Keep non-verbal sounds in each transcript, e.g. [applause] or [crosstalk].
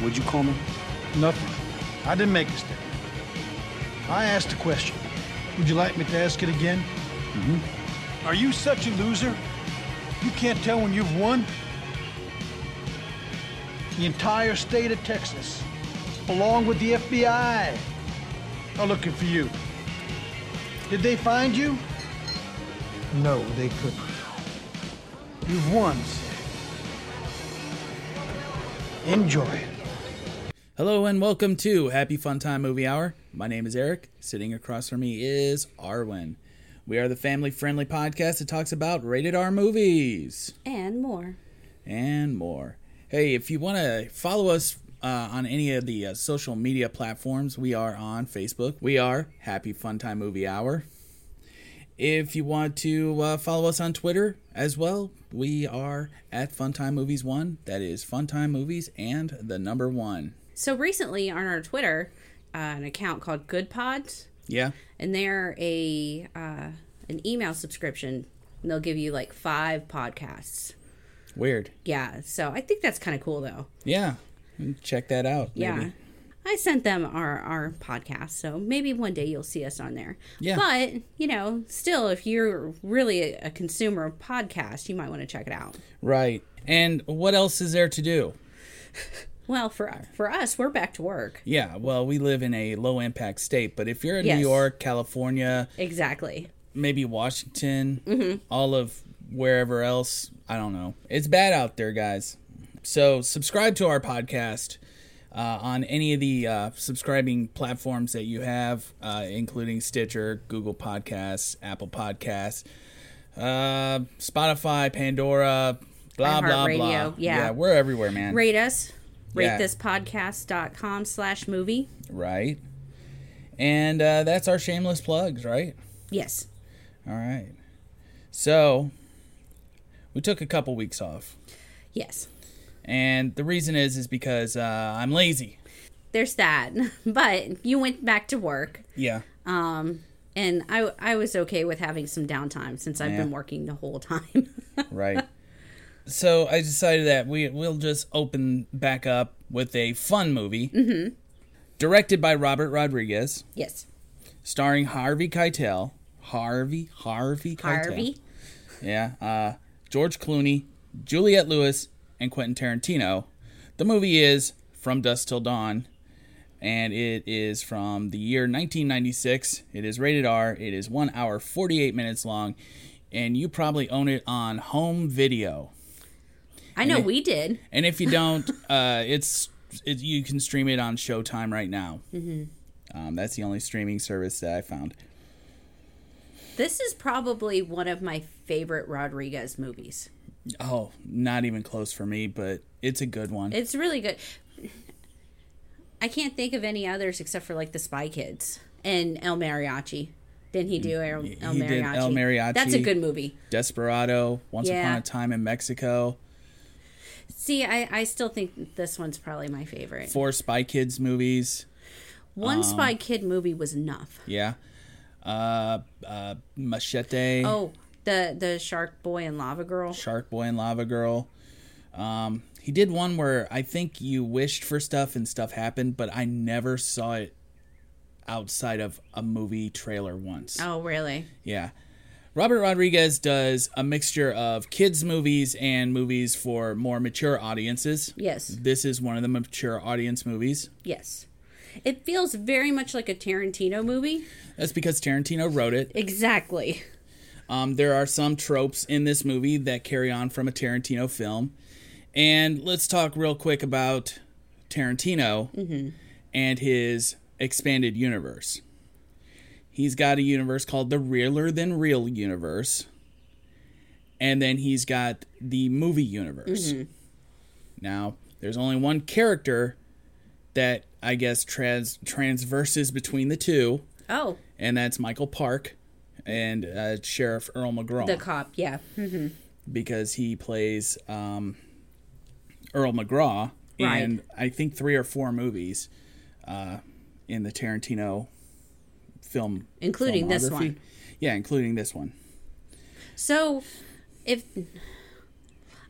What'd you call me? Nothing. I didn't make a statement. I asked a question. Would you like me to ask it again? Mm-hmm. Are you such a loser? You can't tell when you've won? The entire state of Texas, along with the FBI, are looking for you. Did they find you? No, they couldn't. You've won. Sid. Enjoy it. Hello and welcome to Happy Fun Time Movie Hour. My name is Eric. Sitting across from me is Arwen. We are the family friendly podcast that talks about rated R movies and more. and more. Hey, if you want to follow us uh, on any of the uh, social media platforms, we are on Facebook. We are Happy Fun Time Movie Hour. If you want to uh, follow us on Twitter as well, we are at Funtime Movies One. That is Funtime Movies and the number one. So recently on our Twitter, uh, an account called Good Pods, Yeah. and they're a uh, an email subscription. And they'll give you like five podcasts. Weird. Yeah, so I think that's kind of cool though. Yeah. Check that out. Yeah. maybe. I sent them our our podcast, so maybe one day you'll see us on there. Yeah. But, you know, still if you're really a, a consumer of podcasts, you might want to check it out. Right. And what else is there to do? Well, for for us, we're back to work. Yeah, well, we live in a low impact state, but if you're in Yes. New York, California, Exactly. maybe Washington, Mm-hmm. all of wherever else, I don't know. It's bad out there, guys. So, subscribe to our podcast uh, on any of the uh, subscribing platforms that you have, uh, including Stitcher, Google Podcasts, Apple Podcasts, uh, Spotify, Pandora, blah, blah, blah. iHeartRadio, yeah. yeah, we're everywhere, man. Rate us. Yeah. ratethispodcast.com slash movie. Right. And uh, that's our shameless plugs, right? Yes. All right. So we took a couple weeks off. Yes. And the reason is is because uh, I'm lazy. There's that. [laughs] But you went back to work. Yeah. Um and I I was okay with having some downtime since I've Yeah. been working the whole time. [laughs] Right. so I decided that we we'll just open back up with a fun movie. Mm-hmm. Directed by Robert Rodriguez, yes. starring Harvey Keitel. Harvey Harvey Keitel. Harvey. Yeah. Uh, George Clooney, Juliette Lewis, and Quentin Tarantino. The movie is From Dusk Till Dawn, and it is from the year 1996. It is rated R. It is one hour, 48 minutes long, and you probably own it on home video. I know we did. And if you [laughs] don't, uh, it's it, you can stream it on Showtime right now. Mm-hmm. Um, that's the only streaming service that I found. This is probably one of my favorite Rodriguez movies. Oh, not even close for me, but it's a good one. It's really good. I can't think of any others except for like the Spy Kids and El Mariachi. Didn't he do El, El Mm, he Mariachi? did El Mariachi. That's a good movie. Desperado, Once Yeah. Upon a Time in Mexico, See, I, I still think this one's probably my favorite. four Spy Kids movies. One Spy Kid movie was enough. Yeah. Uh, uh, Machete, Oh, the the Shark Boy and Lava Girl. Shark Boy and Lava Girl. Um, he did one where I think you wished for stuff and stuff happened, but I never saw it outside of a movie trailer once. Oh, really? Yeah. Robert Rodriguez does a mixture of kids' movies and movies for more mature audiences. Yes. This is one of the mature audience movies. Yes. It feels very much like a Tarantino movie. That's because Tarantino wrote it. Exactly. Um, there are some tropes in this movie that carry on from a Tarantino film. And let's talk real quick about Tarantino and his expanded universe. He's got a universe called the Realer Than Real universe. And then he's got the movie universe. Now, there's only one character that I guess trans- transverses between the two Oh, and that's Michael Park and uh, Sheriff Earl McGraw the cop. Yeah. because he plays um, Earl McGraw Right. in I think three or four movies uh, in the Tarantino film, Including this filmography. one. Yeah, including this one. So, if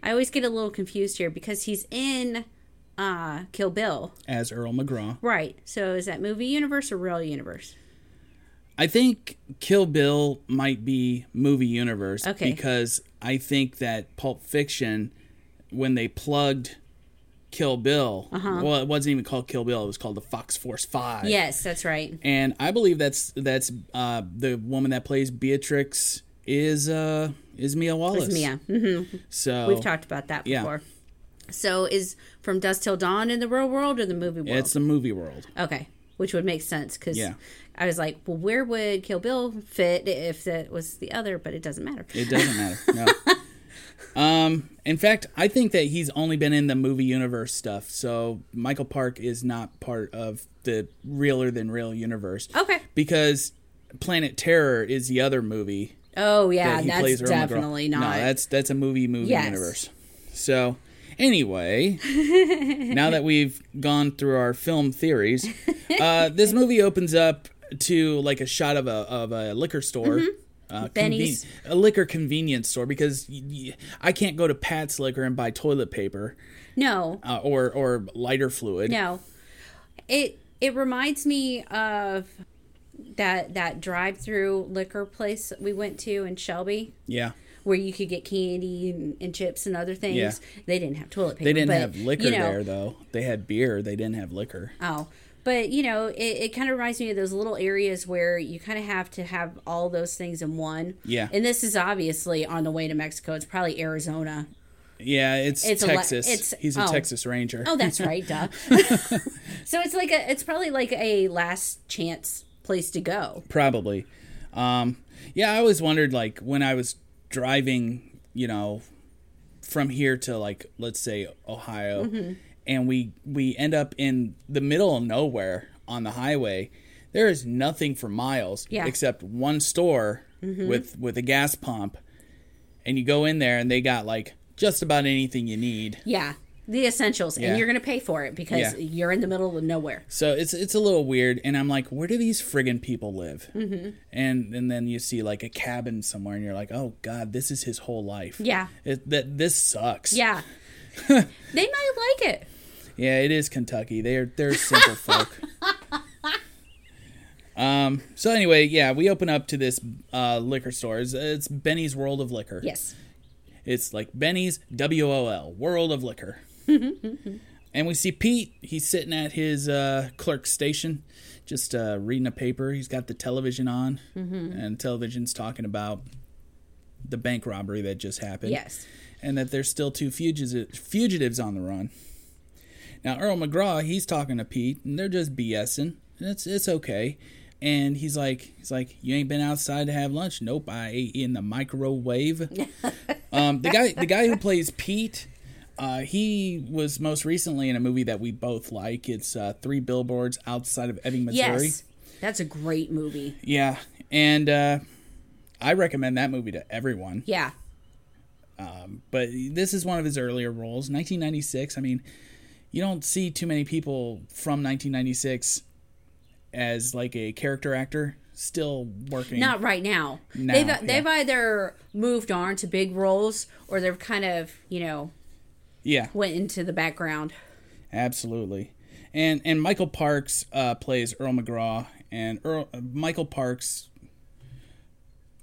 I always get a little confused here because he's in uh, Kill Bill. as Earl McGraw. Right. So is that movie universe or real universe? I think Kill Bill might be movie universe Okay. because I think that Pulp Fiction, when they plugged Kill Bill, Uh-huh. well, it wasn't even called Kill Bill; it was called the Fox Force Five. Yes, that's right. and I believe that's that's uh, the woman that plays Beatrix is uh, is Mia Wallace. It's Mia. So We've talked about that Yeah. before. So is From Dusk Till Dawn in the real world or the movie world? It's the movie world. okay. Which would make sense because Yeah. I was like, well, where would Kill Bill fit if that was the other? But it doesn't matter. It doesn't matter. No. um, in fact, I think that he's only been in the movie universe stuff. So Michael Park is not part of the realer than real universe. Okay. Because Planet Terror is the other movie. Oh yeah, that he that's plays Earl McGraw. definitely not. No, that's that's a movie movie Yes. universe. So [laughs] anyway, now that we've gone through our film theories, uh, this movie opens up to like a shot of a of a liquor store. Uh, Mm-hmm. Benny's. a liquor convenience store because y- y- I can't go to Pat's Liquor and buy toilet paper no. uh, or or lighter fluid. No. It it reminds me of that that drive through liquor place we went to in Shelby Yeah, where you could get candy and, and chips and other things. Yeah. They didn't have toilet paper. they didn't but, have liquor you know, there though. They had beer. They didn't have liquor. Oh. But you know, it, it kind of reminds me of those little areas where you kind of have to have all those things in one. Yeah. And this is obviously on the way to Mexico. It's probably Arizona. Yeah, it's, It's a li- Texas. it's- He's a oh. Texas Ranger. Oh, that's [laughs] right, duh. so it's like a, it's probably like a last chance place to go. probably um yeah i always wondered like when i was driving you know from here to like let's say ohio and we we end up in the middle of nowhere on the highway there is nothing for miles Yeah. except one store with with a gas pump and you go in there and they got like just about anything you need Yeah, the essentials, Yeah. and you're gonna pay for it because Yeah. you're in the middle [laughs] of nowhere. So it's it's a little weird, and I'm like, where do these friggin' people live? Mm-hmm. And and then you see like a cabin somewhere, and you're like, oh god, this is his whole life. Yeah. it, that this sucks. Yeah, they might like it. yeah, it is Kentucky. They're they're simple [laughs] folk. Um. So anyway, yeah, we open up to this uh, liquor store. It's, it's Benny's World of Liquor. Yes, It's like Benny's W O L World of Liquor. and we see Pete. He's sitting at his uh, clerk station, just uh, reading a paper. He's got the television on, and television's talking about the bank robbery that just happened. yes, and that there's still two fugitives fugitives on the run. Now Earl McGraw, he's talking to Pete, and they're just BSing. And it's it's okay. And he's like, he's like, you ain't been outside to have lunch. Nope, I ate in the microwave. um, the guy, the guy who plays Pete, uh, he was most recently in a movie that we both like. It's uh, Three Billboards Outside of Ebbing, Missouri. yes. That's a great movie. Yeah, and uh, I recommend that movie to everyone Yeah, but this is one of his earlier roles 1996 i mean you don't see too many people from 1996 as like a character actor still working not right now. Now, they've yeah. they've either moved on to big roles or they've kind of you know yeah went into the background. absolutely and and michael parks uh, plays earl mcgraw and earl uh, michael parks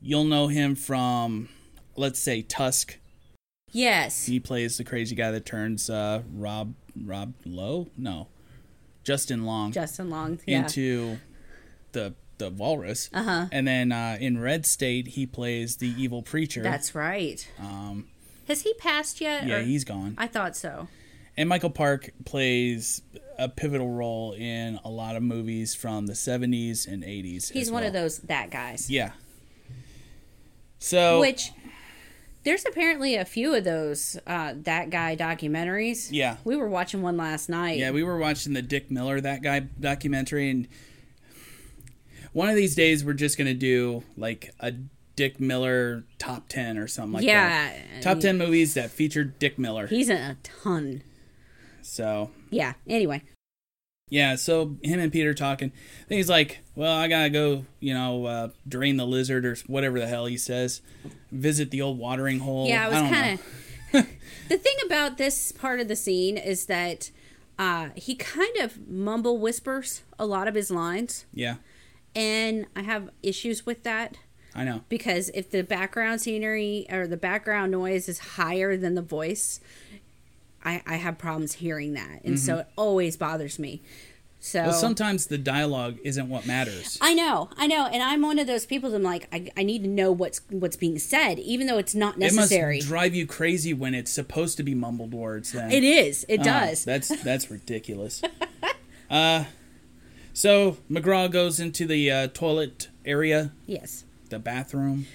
you'll know him from let's say tusk Yes, he plays the crazy guy that turns uh, rob rob lowe no justin long Justin Long. Yeah, Uh-huh. into the the walrus. And then uh, in Red State, he plays the evil preacher. that's right. Um, has he passed yet? yeah, or- he's gone. I thought so. And Michael Park plays a pivotal role in a lot of movies from the 70s and 80s. He's as one of well. those that guys. Yeah. So Which there's apparently a few of those uh, that guy documentaries. Yeah. we were watching one last night. yeah, we were watching the Dick Miller that guy documentary and one of these days we're just going to do like a Dick Miller top 10 or something like that. Yeah, Top 10 movies that featured Dick Miller. he's in a ton. so Yeah. Anyway, Yeah, so him and Peter talking. Then he's like, "Well, I gotta go, you know, uh, drain the lizard or whatever the hell he says. Visit the old watering hole." yeah, I was don't know. [laughs] kind of. the thing about this part of the scene is that Uh, he kind of mumble whispers a lot of his lines, Yeah, and I have issues with that I know. because if the background scenery or the background noise is higher than the voice, I, I have problems hearing that, and so it always bothers me. So Mm-hmm. Well, sometimes the dialogue isn't what matters. I know, I know, and I'm one of those people. That I'm like, I, I need to know what's what's being said, even though it's not It must necessary. drive you crazy when it's supposed to be mumbled words. Then it is. It Oh, does. That's that's [laughs] ridiculous. uh, so McGraw goes into the uh, toilet area, yes. the bathroom,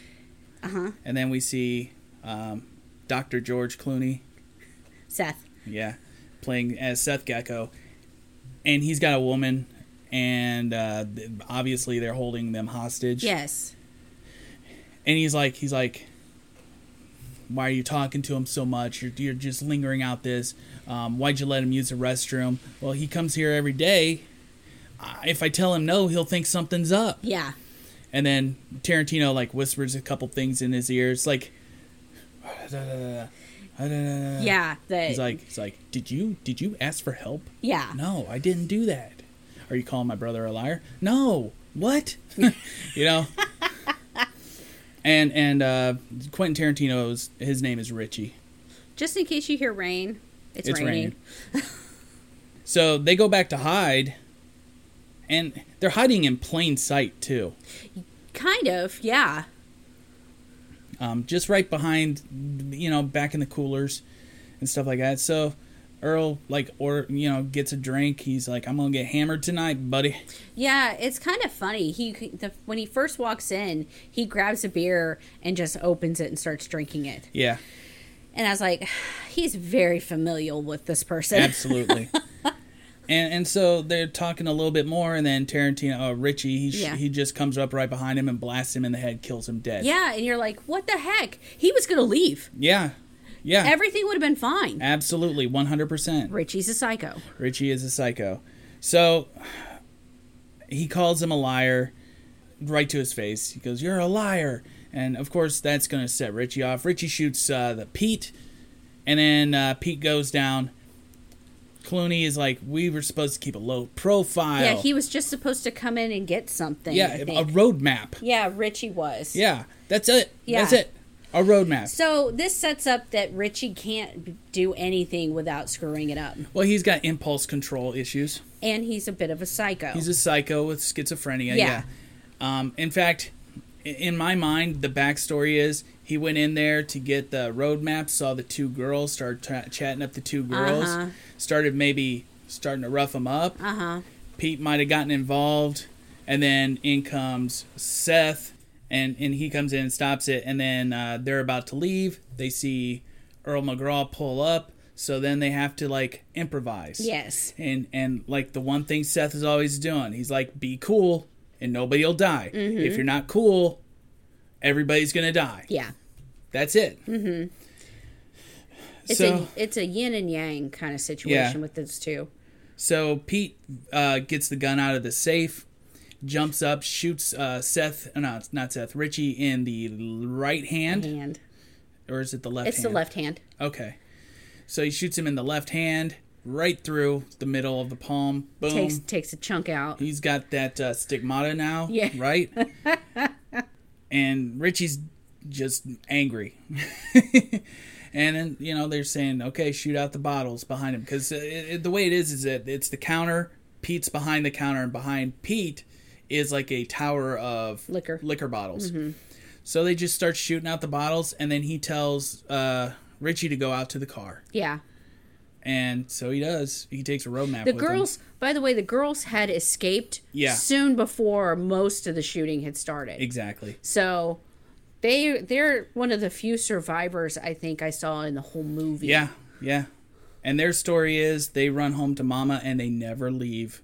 uh-huh. and then we see um, Dr. George Clooney, Seth. yeah, playing as Seth Gecko, and he's got a woman, and uh, th- obviously they're holding them hostage. Yes. and he's like he's like why are you talking to him so much you're, you're just lingering out this um, why'd you let him use the restroom well he comes here every day I- if i tell him no he'll think something's up Yeah. and then tarantino like whispers a couple things in his ear it's like [sighs] Yeah. The, he's like he's like did you did you ask for help Yeah. no i didn't do that are you calling my brother a liar no what [laughs] you know and and uh quentin tarantino's his name is richie Just in case you hear rain, it's, it's raining. raining so they go back to hide and they're hiding in plain sight too Kind of. Yeah. um, just right behind, you know, back in the coolers and stuff like that. So Earl, like, or you know, gets a drink. He's like, "I'm gonna get hammered tonight, buddy." Yeah, it's kind of funny. He the, when he first walks in, he grabs a beer and just opens it and starts drinking it. Yeah, And I was like, [sighs] he's very familial with this person. [laughs] absolutely. and and so they're talking a little bit more, and then Tarantino, uh, Richie, he sh- Yeah. he just comes up right behind him and blasts him in the head, kills him dead. [laughs] Yeah, and you're like, what the heck? He was gonna leave. yeah, yeah. Everything would have been fine. absolutely, one hundred percent. Richie's a psycho. Richie is a psycho. So he calls him a liar right to his face. He goes, You're a liar. And of course, that's going to set Richie off. Richie shoots uh, the Pete, and then uh, Pete goes down. Clooney is like, We were supposed to keep a low profile. Yeah, he was just supposed to come in and get something. Yeah, I a think. roadmap. yeah, Richie was. Yeah, that's it. Yeah. That's it. A roadmap. So this sets up that Richie can't b- do anything without screwing it up, well, he's got impulse control issues. and he's a bit of a psycho. He's a psycho with schizophrenia. Yeah. Yeah. Um, in fact, i- in my mind, the backstory is he went in there to get the roadmap, saw the two girls, started tra- chatting up the two girls, Uh-huh. started maybe starting to rough them up. uh huh. Pete might have gotten involved, and then in comes Seth, and and he comes in and stops it, and then uh, they're about to leave. They see Earl McGraw pull up, so then they have to like improvise Yes. and and like the one thing Seth is always doing, he's like, "Be cool, and nobody'll die. Mm-hmm. If you're not cool, everybody's gonna die. Yeah. That's it." Mm-hmm. It's so a it's a yin and yang kind of situation Yeah. with those two. so Pete uh, gets the gun out of the safe, jumps up, shoots uh, Seth. No, it's not Seth. Richie in the right hand, And or is it the left? Mm-hmm. it's hand? the left hand. Okay, so he shoots him in the left hand, right through the middle of the palm. Boom. Takes takes a chunk out. He's got that uh, stigmata now, Yeah. [laughs] right? and Richie's just angry. [laughs] and then, you know, they're saying, okay, shoot out the bottles behind him. Because it, it, the way it is, is that it's the counter, Pete's behind the counter, and behind Pete is like a tower of Liquor. Mm-hmm. liquor bottles. So they just start shooting out the bottles, and then he tells uh, Richie to go out to the car. Yeah. And so he does. He takes a roadmap. The with him. girls, by the way, the girls had escaped Yeah. soon before most of the shooting had started. Exactly. So they they're one of the few survivors I think I saw in the whole movie. Yeah, yeah. And their story is they run home to mama and they never leave.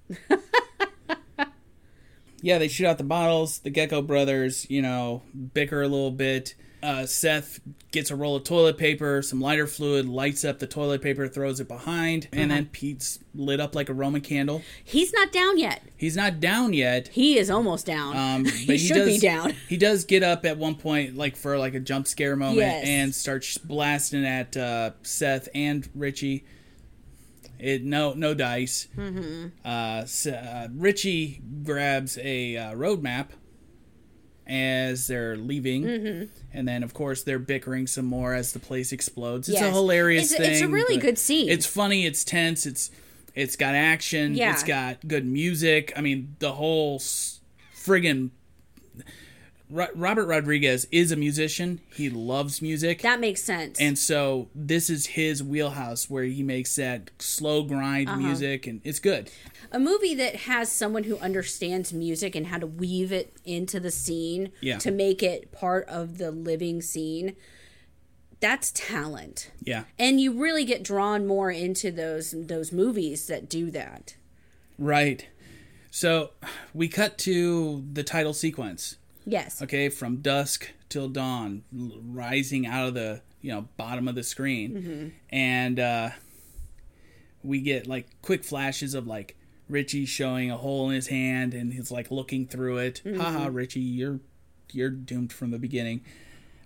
yeah, they shoot out the bottles. The Gecko brothers, you know, bicker a little bit. Uh, Seth gets a roll of toilet paper, some lighter fluid, lights up the toilet paper, throws it behind, and then Pete's lit up like a Roman candle. He's not down yet. He's not down yet. He is almost down. Um, [laughs] but he, should does, be down. [laughs] He does get up at one point, like for like a jump scare moment, Yes. and starts blasting at uh, Seth and Richie. It no no dice. Mm-hmm. Uh, so, uh, Richie grabs a uh, road map as they're leaving, and then of course they're bickering some more as the place explodes. It's a Yes. hilarious It's- thing. it's a really but good scene. It's funny. It's tense. It's it's got action. Yeah. It's got good music. I mean, the whole s- friggin' Ro- Robert Rodriguez is a musician. He loves music. That makes sense. And so this is his wheelhouse where he makes that slow grind music, and it's good. a movie that has someone who understands music and how to weave it into the scene Yeah. to make it part of the living scene. That's talent. Yeah, And you really get drawn more into those those movies that do that. right. So we cut to the title sequence. Yes. Okay, from dusk till dawn, l- rising out of the you know bottom of the screen, Mm-hmm. and uh, we get like quick flashes of like Richie showing a hole in his hand, and he's like looking through it. Haha, Mm-hmm. Richie, you're you're doomed from the beginning.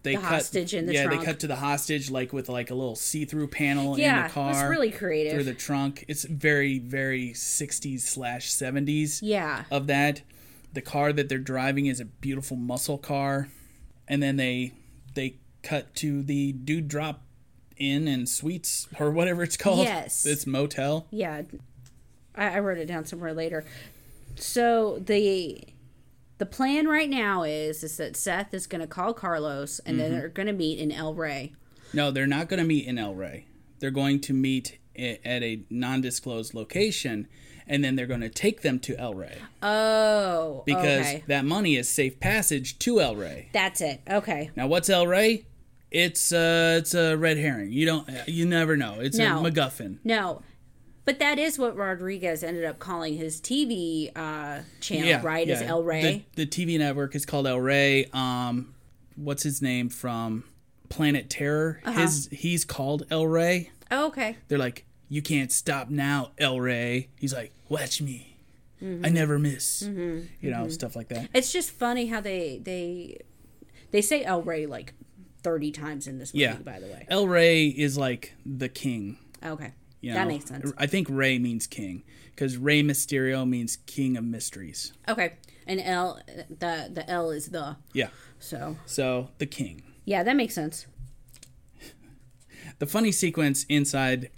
They The hostage in the yeah. trunk. They cut to the hostage like with like a little see-through panel Yeah, in it the car. was really creative. through the trunk. It's very very '60s slash '70s Yeah. of that. The car that they're driving is a beautiful muscle car, and then they they cut to the dude drop inn and suites or whatever it's called. [laughs] Yes. it's motel. yeah I, I wrote it down somewhere later so the the plan right now is is that seth is going to call carlos and Mm-hmm. then they're going to meet in el rey No, they're not going to meet in El Rey. They're going to meet i- at a non-disclosed location, and then they're going to take them to El Rey oh because okay that money is safe passage to El Rey. that's it okay Now, what's El Rey? It's uh, it's a red herring. You don't, you never know. It's No. a MacGuffin. no but that is what rodriguez ended up calling his tv uh channel right is el rey The, the TV network is called El Rey. Um, what's his name from Planet Terror? Uh-huh. His he's called El Rey. oh, okay They're like, you can't stop now, El Rey. He's like, watch me. Mm-hmm. I never miss. You know, stuff like that. it's just funny how they they they say el rey like 30 times in this movie Yeah. by the way El Rey is like the king. okay You that know? makes sense I think Rey means king because Rey Mysterio means king of mysteries. Okay, and L the the L is the Yeah. so So the king. yeah that makes sense. the funny sequence inside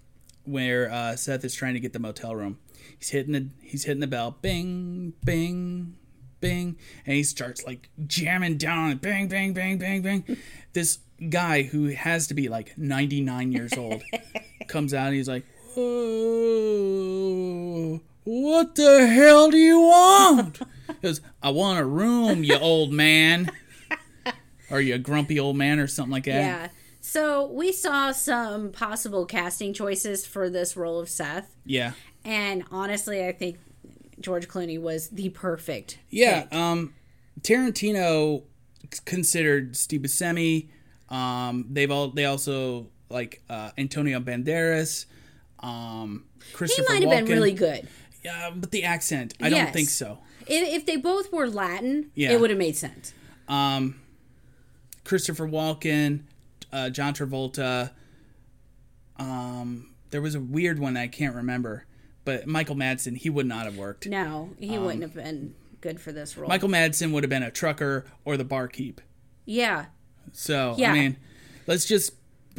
where uh, Seth is trying to get the motel room. He's hitting the he's hitting the bell, bing, bing, bing, and he starts like jamming down, bang, bang, bang, bang, bang. [laughs] this guy who has to be like 99 years old comes out and he's like, "Oh, what the hell do you want?" He goes, "I want a room, you old man." Or you grumpy old man, or something like that. Yeah. So we saw some possible casting choices for this role of Seth, yeah. and honestly, I think George Clooney was the perfect. Yeah, um, Tarantino c- considered Steve Buscemi. Um, they've all they also like uh, Antonio Banderas, um, He Christopher might have been Walken. really good. Yeah, but the accent, I don't Yes. think so. If, if they both were Latin, Yeah. it would have made sense. Christopher Walken, uh, John Travolta. Um, there was a weird one I can't remember, but Michael Madsen he would not have worked. No, he Um, wouldn't have been good for this role. Michael Madsen would have been a trucker or the barkeep. yeah. So Yeah. I mean, let's just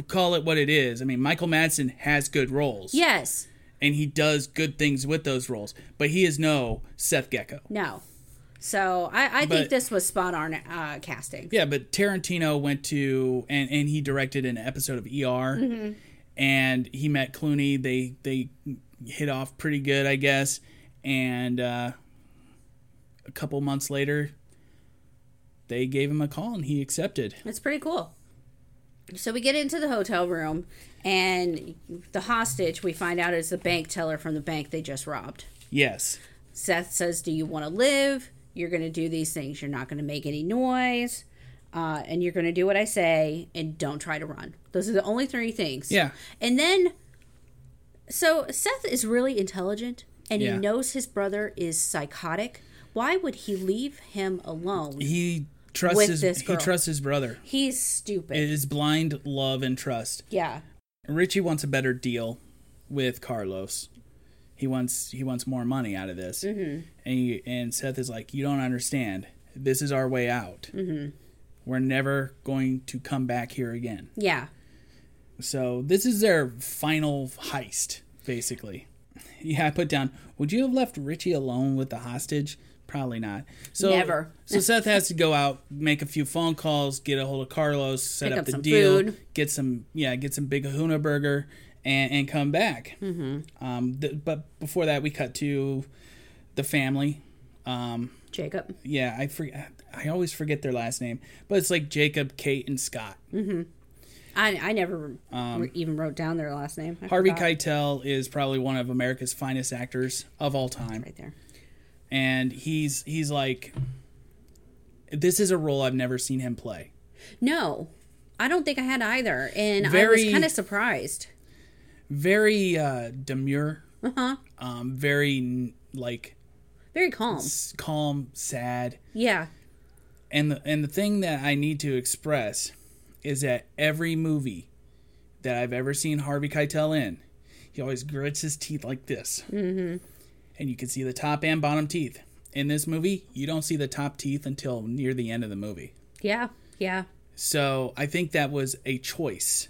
call it what it is. I mean, Michael Madsen has good roles, Yes. and he does good things with those roles, but he is no Seth Gecko. No. So I, I But- think this was spot on uh, casting. Yeah, but Tarantino went to and and he directed an episode of ER, Mm-hmm. and he met Clooney. They they hit off pretty good, I guess. And uh, a couple months later, they gave him a call, and he accepted. It's pretty cool. So we get into the hotel room, and the hostage we find out is the bank teller from the bank they just robbed. Yes. Seth says, Do you want to live? You're going to do these things. You're not going to make any noise. Uh, and you're going to do what I say and don't try to run. Those are the only three things. Yeah. And then, so Seth is really intelligent and Yeah. he knows his brother is psychotic. Why would he leave him alone? He trusts With his this he girl. trusts his brother. He's stupid. It is blind love and trust. yeah. Richie wants a better deal with Carlos. He wants he wants more money out of this, mm-hmm. and he, and Seth is like, "You don't understand. This is our way out. Mm-hmm. We're never going to come back here again." Yeah. So this is their final heist, basically. Yeah, I put down. Would you have left Richie alone with the hostage? Probably not. So Never. so Seth has to go out, make a few phone calls, get a hold of Carlos, set Pick up, up the some deal, food. get some yeah, get some big Kahuna burger, and and come back. Mm-hmm. Um, th- but before that, we cut to the family. Um, Jacob. yeah, I forget. I always forget their last name, but it's like Jacob, Kate, and Scott. I I never re- even wrote down their last name. I Um, Harvey forgot. Keitel is probably one of America's finest actors of all time. Right there. and he's he's like this is a role I've never seen him play. No, I don't think I had either, and I Very- was kind of surprised. Very uh demure. Um very like Very calm. s- calm, sad. Yeah. And the and the thing that I need to express is that every movie that I've ever seen Harvey Keitel in, he always grits his teeth like this. Mm-hmm. And you can see the top and bottom teeth. In this movie, you don't see the top teeth until near the end of the movie. Yeah. Yeah. So I think that was a choice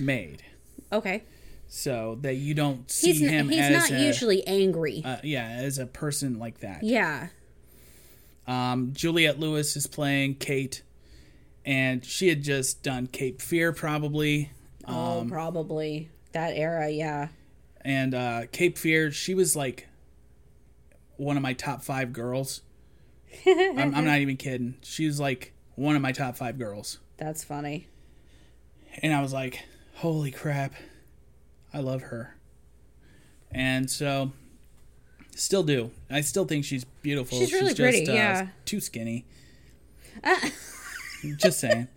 made, Okay. so that you don't see He's him n- he's as not a, usually angry. uh, yeah, as a person like that. yeah. Um, Juliette Lewis is playing Kate, and she had just done Cape Fear probably, oh, probably that era. Yeah. and uh, Cape Fear she was like one of my top five [laughs] girls. I'm, I'm not even kidding. She was like one of my top five girls, That's funny. and I was like, "Holy crap, I love her." And so, still do. I still think she's beautiful. She's really pretty, yeah. Uh. Too skinny. [laughs] just saying.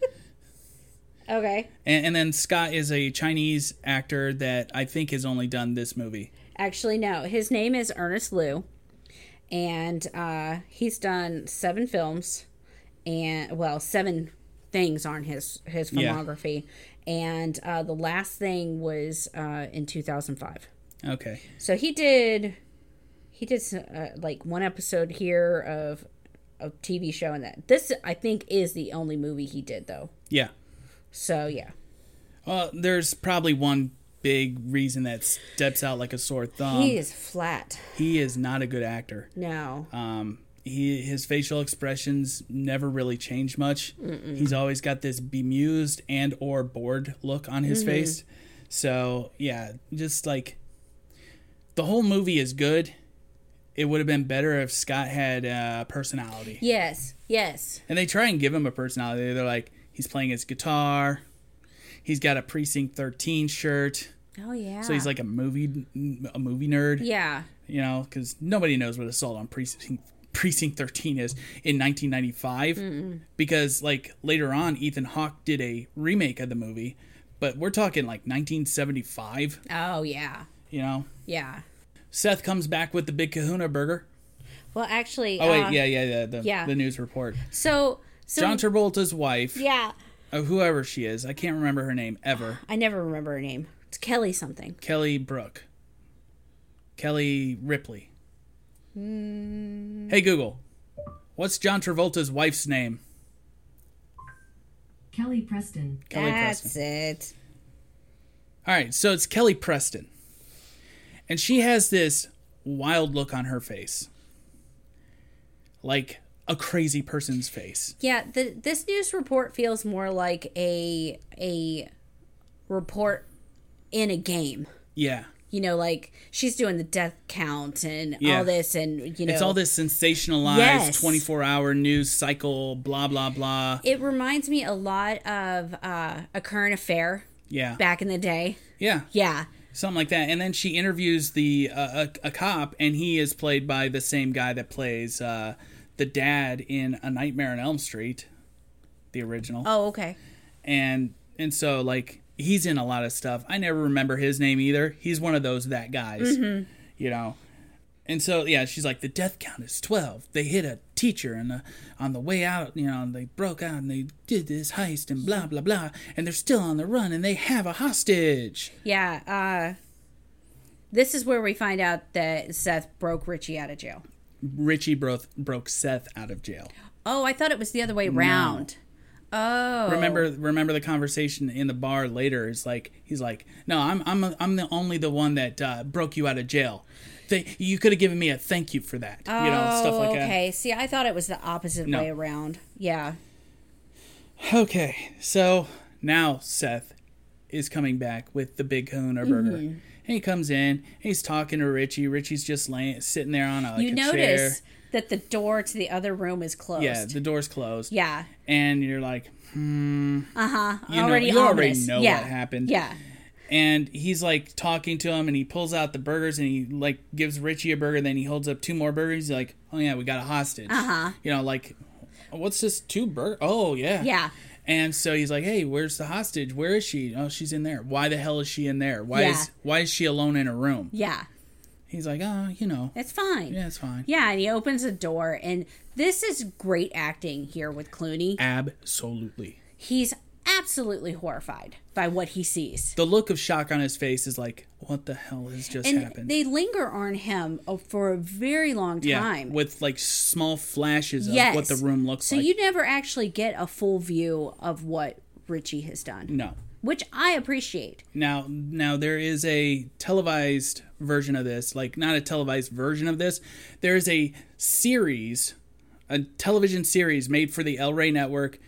Okay. And, and then Scott is a Chinese actor that I think has only done this movie. Actually, no. His name is Ernest Liu, and uh, he's done seven films, and well, seven things on his his Yeah. filmography, and uh, the last thing was uh, in two thousand five. Okay. So he did, he did uh, like one episode here of a TV show, and that this I think is the only movie he did though. Yeah. So yeah, Well, Uh, there's probably one big reason that steps out like a sore thumb. he is flat. he is not a good actor. No, Um, he his facial expressions never really change much. He's always got this bemused and or bored look on Mm-hmm. his face. So yeah, just like the whole movie is good. It would have been better if Scott had uh, personality. yes, yes, And they try and give him a personality. They're like, he's playing his guitar. He's got a precinct 13 shirt. oh yeah. So he's like a movie a movie nerd yeah. you know, because nobody knows what assault on precinct precinct 13 is in 1995 because like later on ethan hawke did a remake of the movie but we're talking like 1975 Oh yeah, you know yeah. seth comes back with the big kahuna burger Well, actually, oh wait uh, yeah yeah yeah the, yeah. the news report So, so john travolta's wife yeah, or whoever she is i can't remember her name ever I never remember her name. It's Kelly something. kelly brooke kelly ripley Hmm. hey google what's john travolta's wife's name Kelly Preston. Kelly That's Preston. it. All right, so it's Kelly Preston. And she has this wild look on her face. Like a crazy person's face. Yeah, the, this news report feels more like a a report in a game. Yeah. You know, like she's doing the death count and Yeah. all this, and you know, It's all this sensationalized Yes. 24 hour news cycle, blah, blah, blah. It reminds me a lot of uh, a current affair Yeah. back in the day. Yeah. Yeah, Something like that. And then she interviews the uh, a, a cop, and he is played by the same guy that plays uh, the dad in A Nightmare on Elm Street, the original. Oh, okay. and and so like he's in a lot of stuff. I never remember his name either. He's one of those that guys, you know. And so yeah, she's like the death count is twelve. They hit a teacher and the, on the way out, you know, and they broke out and they did this heist and blah blah blah, and they're still on the run and they have a hostage. Yeah. Uh, This is where we find out that Seth broke Richie out of jail. Richie broke broke Seth out of jail. Oh, I thought it was the other way around. Oh. Remember remember the conversation in the bar later is like he's like, "No, I'm I'm I'm the only the one that uh, broke you out of jail. They, you could have given me a thank you for that." you know, stuff like Oh, okay. See, I thought it was the opposite No. way around. Yeah. that. Okay. So, now Seth is coming back with the big kahuna burger. Mm-hmm. And he comes in, and he's talking to Richie. Richie's just laying sitting there on a like you a chair. notice that the door to the other room is closed. Yeah, the door's closed. yeah. And you're like, You know- already you already ominous. know yeah. what happened. Yeah. and he's like talking to him and he pulls out the burgers and he like gives Richie a burger then he holds up two more burgers he's like oh yeah we got a hostage uh-huh. you know like what's this two burger oh yeah Yeah. and so he's like hey where's the hostage where is she oh she's in there why the hell is she in there why Yeah. is why is she alone in a room Yeah. he's like oh you know It's fine. yeah it's fine Yeah, and he opens the door and this is great acting here with Clooney. absolutely He's absolutely horrified by what he sees. the look of shock on his face is like what the hell has just and happened they linger on him uh, for a very long yeah time. with like small flashes of Yes. what the room looks so like you never actually get a full view of what Richie has done, no which I appreciate. Now, now there is a televised version of this, like not a televised version of this. There is a series, a television series made for the El Rey network.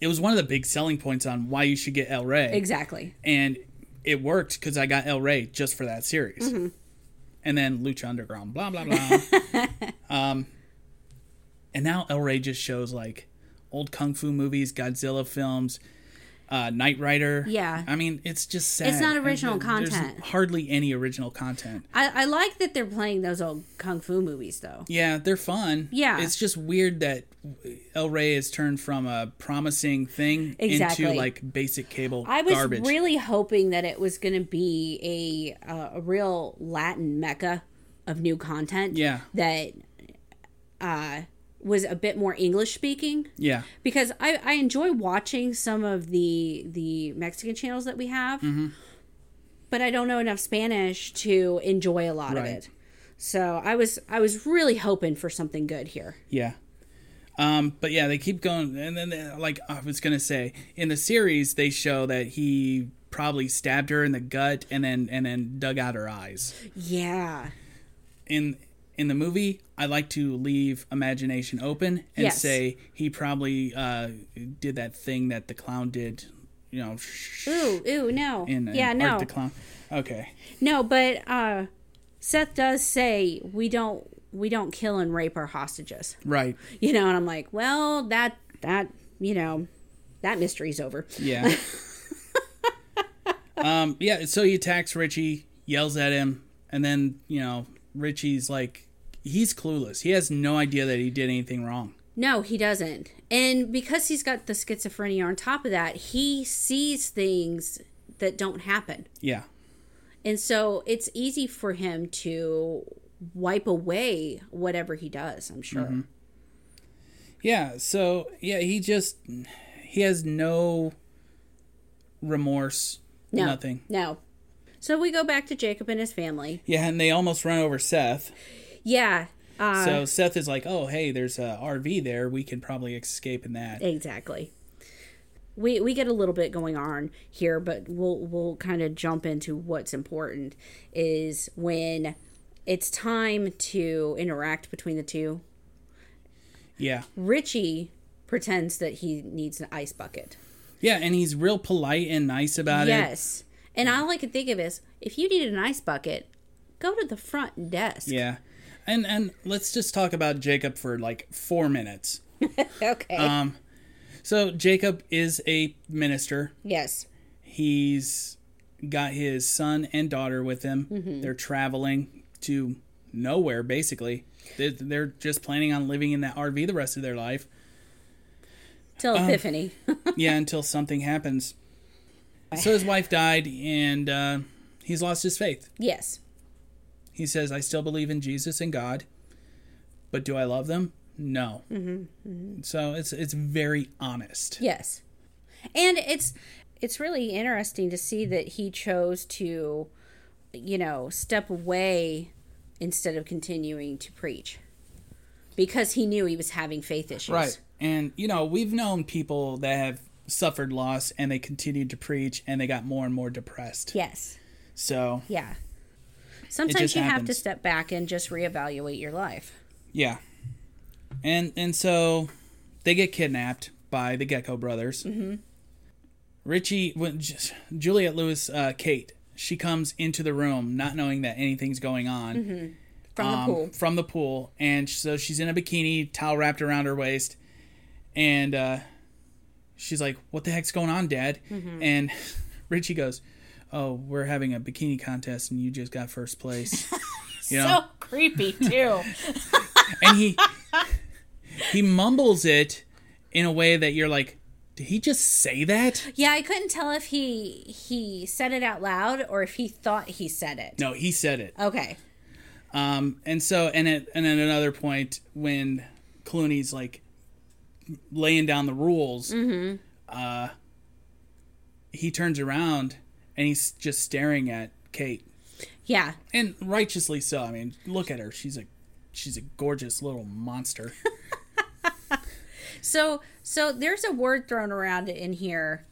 It was one of the big selling points on why you should get El Rey, Exactly. and it worked because I got El Rey just for that series, Mm-hmm. and then Lucha Underground, blah blah blah. um, [laughs] and now El Rey just shows like old kung fu movies, Godzilla films, uh, Knight Rider. Yeah. I mean it's just sad. It's not And original there- there's content. hardly any original content. I, I like that they're playing those old kung fu movies, though. Yeah, they're fun. Yeah. it's just weird that El Rey has turned from a promising thing Exactly. into like basic cable I was garbage. really hoping that it was going to be a uh, a real Latin mecca of new content. Yeah. that uh, was a bit more English speaking. yeah, because I, I enjoy watching some of the the Mexican channels that we have, Mm-hmm. but I don't know enough Spanish to enjoy a lot of Right. it. So I was I was really hoping for something good here. Yeah. Um, but yeah, they keep going, and then uh, like I was gonna say, in the series they show that he probably stabbed her in the gut and then and then dug out her eyes. Yeah, In in the movie, I like to leave imagination open and Yes. say he probably uh, did that thing that the clown did, you know, sh- ooh ooh no, in, in Mm, yeah Art no the clown. Okay, no, but uh, Seth does say we don't we don't kill and rape our hostages, [laughs] right, you know, and I'm like, well that that you know that mystery's over. [laughs] yeah. um, yeah. So he attacks Richie, yells at him, and then you know Richie's like, he's clueless. He has no idea that he did anything wrong. No, he doesn't. And because he's got the schizophrenia on top of that, he sees things that don't happen. Yeah, And so it's easy for him to wipe away whatever he does, I'm sure. yeah. So yeah, he just he has no remorse, No. nothing. No. So we go back to Jacob and his family. Yeah, and they almost run over Seth. Yeah. Uh, So Seth is like, "Oh, hey, there's a RV there. We can probably escape in that." exactly. We we get a little bit going on here, but we'll we'll kind of jump into what's important is when it's time to interact between the two Yeah, Richie pretends that he needs an ice bucket. yeah, and he's real polite and nice about it. yes. And all I can think of is if you need an ice bucket, go to the front desk. Yeah. And and let's just talk about Jacob for like 4 minutes. [laughs] Okay. Um, So Jacob is a minister. yes. He's got his son and daughter with him. They're traveling to nowhere basically. They're, they're just planning on living in that RV the rest of their life. um, Till Epiphany. [laughs] yeah, until something happens. So his wife died and uh, he's lost his faith. yes. He says, I still believe in Jesus and God, but do I love them? No. Mm-hmm. So it's it's very honest. Yes. And it's it's really interesting to see that he chose to you know, step away instead of continuing to preach because he knew he was having faith issues. Right. And, you know, we've known people that have suffered loss and they continued to preach and they got more and more depressed. Yes. So, Yeah. Sometimes you have to happens. step back and just reevaluate your life. yeah. And and so they get kidnapped by the Gecko brothers. Mm-hmm. Richie, when Ju- Juliet Lewis, uh, Kate, she comes into the room not knowing that anything's going on. From the um, [laughs] pool. from the pool, and sh- so she's in a bikini, towel wrapped around her waist, and uh, she's like, "What the heck's going on, Dad?" Mm-hmm. And [laughs] Richie goes, "Oh, we're having a bikini contest, and you just got first [laughs] place." You know, So creepy too. and he [laughs] he mumbles it in a way that you're like, "Did he just say that?" [laughs] yeah, I couldn't tell if he he said it out loud or if he thought he said it. No, he said it. Okay. Um, and so, and at, and at another point when Clooney's like laying down the rules, uh, Mm-hmm. he turns around and he's just staring at Kate, Yeah. and righteously so. I mean, look at her; she's a she's a gorgeous little [laughs] monster. So so there's a word thrown around in here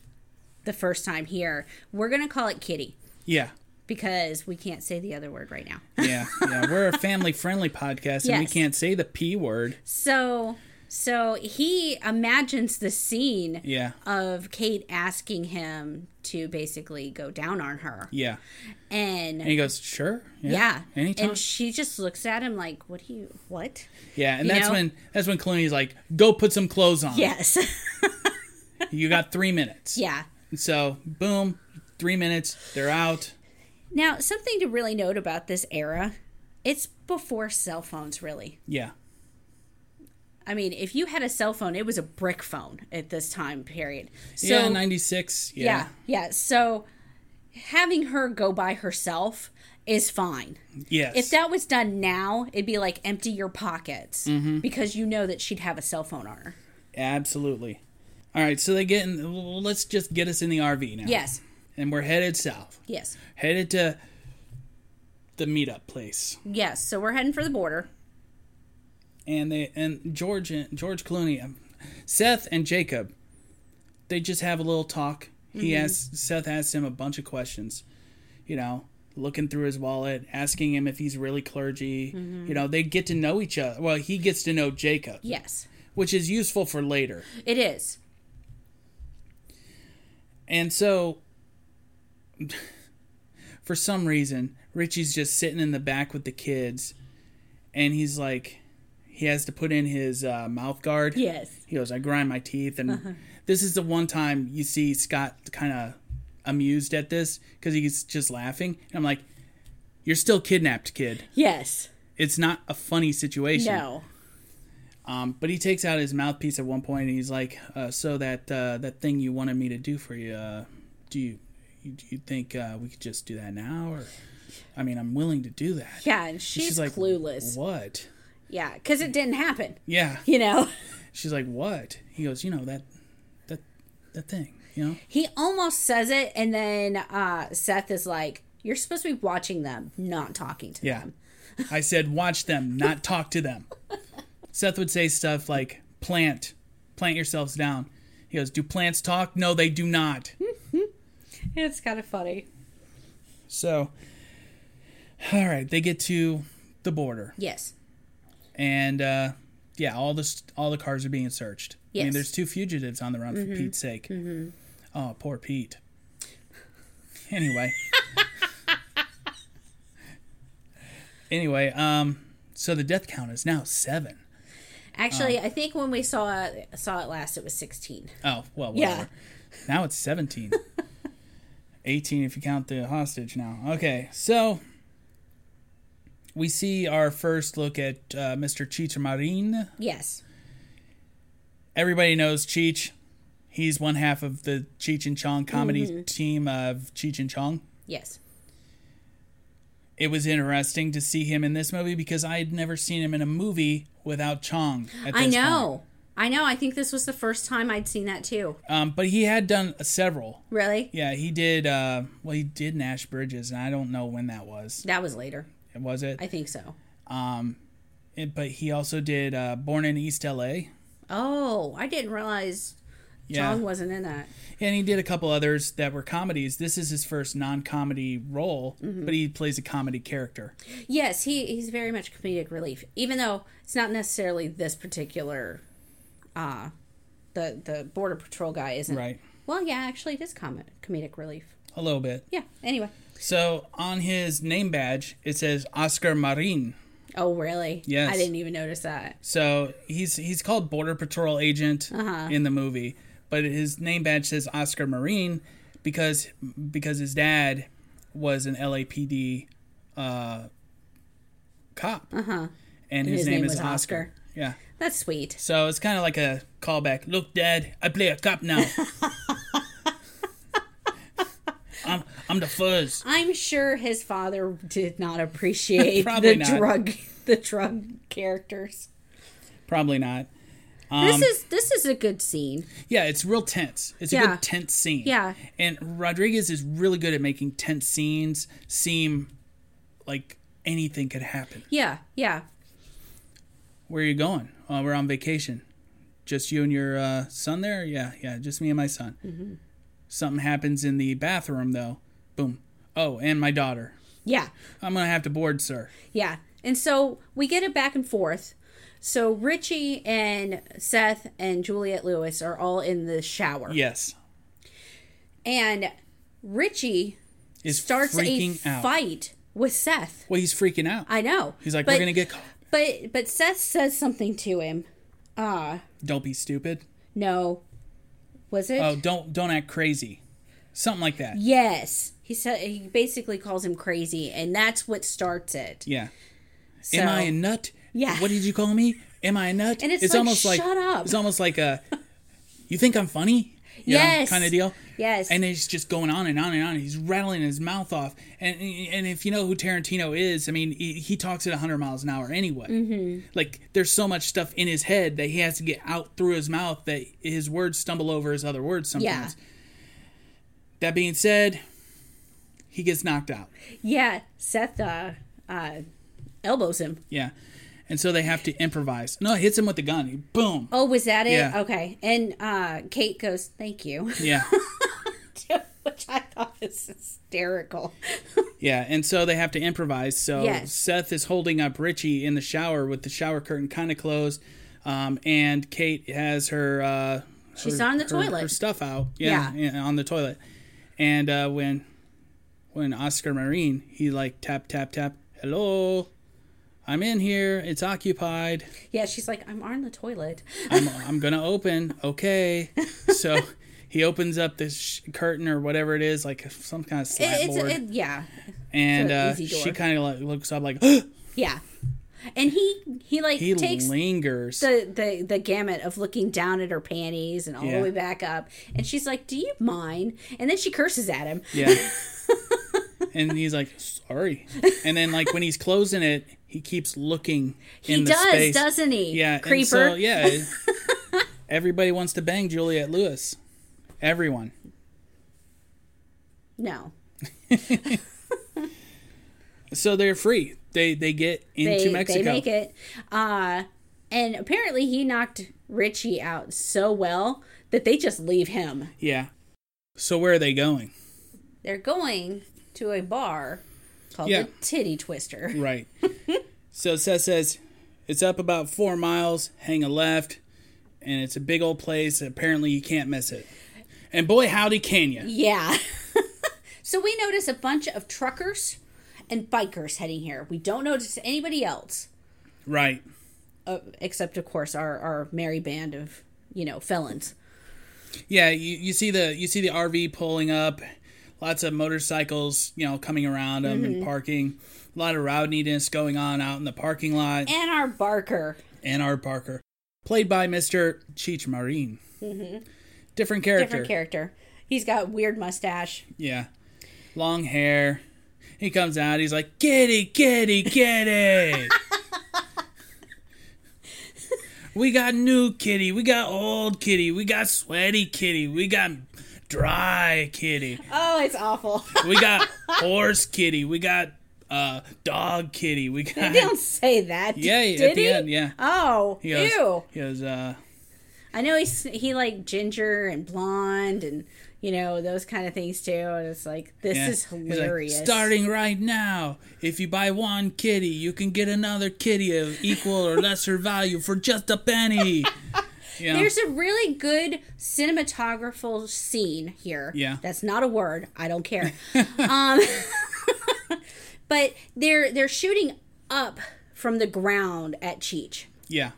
the first time here. We're going to call it kitty yeah, because we can't say the other word right now. yeah, yeah. We're a family friendly podcast, and we Yes. can't say the p word. So so he imagines the scene Yeah, of Kate asking him to basically go down on her. yeah. And, And he goes, "Sure, yeah. anytime." And she just looks at him like, "What do you what?" yeah." And You that's know? when that's when Clooney's like, "Go put some clothes on. Yes. [laughs] You got three minutes." yeah. So, boom, three minutes, they're out. Now, something to really note about this era, it's before cell phones really. Yeah. I mean, if you had a cell phone, it was a brick phone at this time period. So, yeah, 96. Yeah. yeah, yeah. So having her go by herself is fine. Yes. If that was done now, it'd be like empty your pockets because you know that she'd have a cell phone on her. Absolutely. All right, so they get in. well, Let's just get us in the RV now. Yes, And we're headed south, yes, headed to the meetup place. yes. So we're heading for the border. And they and George and George Clooney, um, Seth and Jacob, they just have a little talk. He asks Seth asks him a bunch of questions, you know, looking through his wallet, asking him if he's really clergy. You know, they get to know each other. Well, he gets to know Jacob. Yes, which is useful for later. it is. And so, [laughs] for some reason, Richie's just sitting in the back with the kids, and he's like, he has to put in his uh, mouth guard. Yes, He goes, I grind my teeth, and Uh-huh. this is the one time you see Scott kind of amused at this because he's just laughing. And I'm like, you're still kidnapped, kid. yes. It's not a funny situation. No. Um, but he takes out his mouthpiece at one point, and he's like, uh, "So that uh, that thing you wanted me to do for you, uh, do you you, do you think uh, we could just do that now? Or, I mean, I'm willing to do that." Yeah, and she's, like, clueless. What? Yeah, because it didn't happen. Yeah. You know, She's like, "What?" He goes, "You know that that that thing, you know." [laughs] he almost says it, and then uh, Seth is like, "You're supposed to be watching them, not talking to Yeah. them." I said, "Watch them, not talk to them." Seth would say stuff like, "Plant, plant yourselves down." He goes, "Do plants talk? No, they do not." It's kind of funny. So, all right, they get to the border, Yes. and uh, yeah, all the all the cars are being searched. I mean, Yes. there's two fugitives on the run for Pete's sake. Oh, poor Pete. Anyway, [laughs] anyway, um, so the death count is now seven. Actually, I think when we saw saw it last, it was sixteen. Oh well, whatever. Yeah. Now it's [laughs] seventeen. Eighteen if you count the hostage now. Okay, so we see our first look at uh, Mr. Cheech Marin. Yes. Everybody knows Cheech. He's one half of the Cheech and Chong comedy Mm-hmm. team of Cheech and Chong. Yes. It was interesting to see him in this movie because I had never seen him in a movie without Chong. At I this know. point. I know. I think this was the first time I'd seen that too. Um, but he had done several. Really? Yeah, he did. Uh, well, he did Nash Bridges, and I don't know when that was. That was later. Was it? I think so. It- but he also did uh, Born in East L.A. Oh, I didn't realize Yeah, John wasn't in that. and he did a couple others that were comedies. This is his first non-comedy role, but he plays a comedy character. Yes, he he's very much comedic relief, even though it's not necessarily this particular. Uh, the the border patrol guy isn't Right. Well, yeah, actually, it is comic comedic relief. A little bit. Yeah. Anyway. So on his name badge, it says Oscar Marin. Oh, really? Yes. I didn't even notice that. So he's he's called Border Patrol Agent in the movie, but his name badge says Oscar Marine because because his dad was an LAPD uh, cop, Uh-huh. and his, name, is Oscar. Yeah, That's sweet. so it's kind of like a callback. Look, Dad, I play a cop [laughs] now. I'm I'm the fuzz. I'm sure his father did [laughs] not appreciate Probably the not. drug the drug characters. Probably not. Um, this is this is a good scene. Yeah, it's real tense. It's a Yeah. good tense scene. Yeah. And Rodriguez is really good at making tense scenes seem like anything could happen. Yeah, yeah. Where are you going? Uh, we're on vacation. Just you and your uh, son there? Yeah, yeah, just me and my son. Mm-hmm. Something happens in the bathroom, though. Boom. Oh, and my daughter. Yeah. I'm going to have to board, sir. Yeah. And so we get it back and forth. So Richie and Seth and Juliet Lewis are all in the shower. Yes. And Richie Is starts a freaking out. fight with Seth. Well, he's freaking out. I know. he's like, But- we're going to get caught. But but Seth says something to him. Uh Don't be stupid. no. Was it? Oh, don't don't act crazy. Something like that. Yes. He said he basically calls him crazy and that's what starts it. Yeah. So, Am I a nut? Yeah. What did you call me? Am I a nut? And it's like, "Shut up." It's almost like a, you think I'm funny? You Yes. Kind of deal. Yes. And it's just going on and on and on. He's rattling his mouth off. And and if you know who Tarantino is, I mean, he, he talks at 100 miles an hour anyway. Mm-hmm. Like, there's so much stuff in his head that he has to get out through his mouth that his words stumble over his other words yeah. sometimes. That being said, he gets knocked out. Yeah. Seth uh uh elbows him. Yeah. And so they have to improvise. No, hits him with the gun. He- Boom. Oh, was that it? Yeah. Okay. And uh, Kate goes, "Thank you," [laughs] Yeah. which I thought was hysterical. Yeah. And so they have to improvise. So Yes. Seth is holding up Richie in the shower with the shower curtain kind of closed. Um, and Kate has her. Uh, She's her- not in the her- toilet. Her stuff out. Yeah. Yeah. yeah, on the toilet. And uh, when when Oscar Marine, he like tap, tap, tap. Hello. I'm in here. It's occupied. Yeah, she's like, "I'm on the toilet." I'm, I'm gonna open. Okay. So he opens up this sh- curtain or whatever it is, like some kind of slat It- it's board, it, yeah, and an uh, easy she door. kind of like, looks up, like [gasps] yeah. And he he like he takes lingers. the, the the gamut of looking down at her panties and all Yeah. the way back up, and she's like, "Do you mind?" And then she curses at him. yeah. [laughs] and he's like, sorry. And then like when he's closing it, he keeps looking He in the does, space. doesn't he? Yeah. creeper. And so yeah. [laughs] everybody wants to bang Juliet Lewis. Everyone. No, So they're free. They they get into they, Mexico. They make it. Uh, and apparently he knocked Richie out so well that they just leave him. Yeah. So where are they going? They're going to a bar called Yeah. the Titty Twister. [laughs] Right. [laughs] so Seth says it's up about four miles, hang a left, and it's a big old place. Apparently, you can't miss it. And boy, howdy, can you? Yeah. [laughs] so we notice a bunch of truckers and bikers heading here. We don't notice anybody else, Right. uh, except, of course, our, our merry band of, you know, felons. Yeah, you, you see the you see the RV pulling up, lots of motorcycles, you know, coming around them and parking. A lot of rowdiness going on out in the parking lot. And our Barker. And our Parker, played by Mister Cheech Marine, different character. Different character. He's got weird mustache. Yeah. Long hair. He comes out, he's like, Kitty, kitty, kitty. We got new kitty. We got old kitty. We got sweaty kitty. We got dry kitty. Oh, it's awful. [laughs] We got horse kitty. We got uh, dog kitty. We got. They don't say that. Yeah, did at the he? end, yeah. Oh, He goes, ew. He goes, uh, I know he's he like ginger and blonde and you know those kind of things too. And it's like this yeah. is He's like, hilarious. Starting right now, if you buy one kitty, you can get another kitty of equal or lesser value for just a penny. [laughs] You know? There's a really good cinematographical scene here. Yeah. That's not a word. I [laughs] don't care. um, [laughs] but they're they're shooting up from the ground at Cheech. yeah.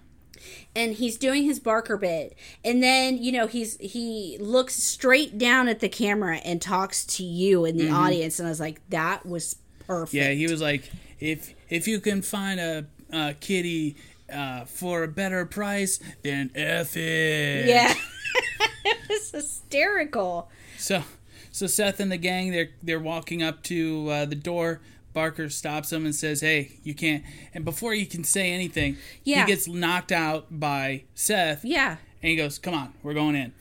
and he's doing his barker bit and then you know he's he looks straight down at the camera and talks to you in the audience and i was like that was perfect Mm-hmm. Yeah, [laughs] he was like, if if you can find a, uh kitty uh, for a better price, then f it. yeah [laughs] it was hysterical So, so Seth and the gang they're they're walking up to uh, the door. Barker stops him and says, "Hey, you can't." And before he can say anything, Yeah. he gets knocked out by Seth. yeah And he goes, "Come on, we're going in."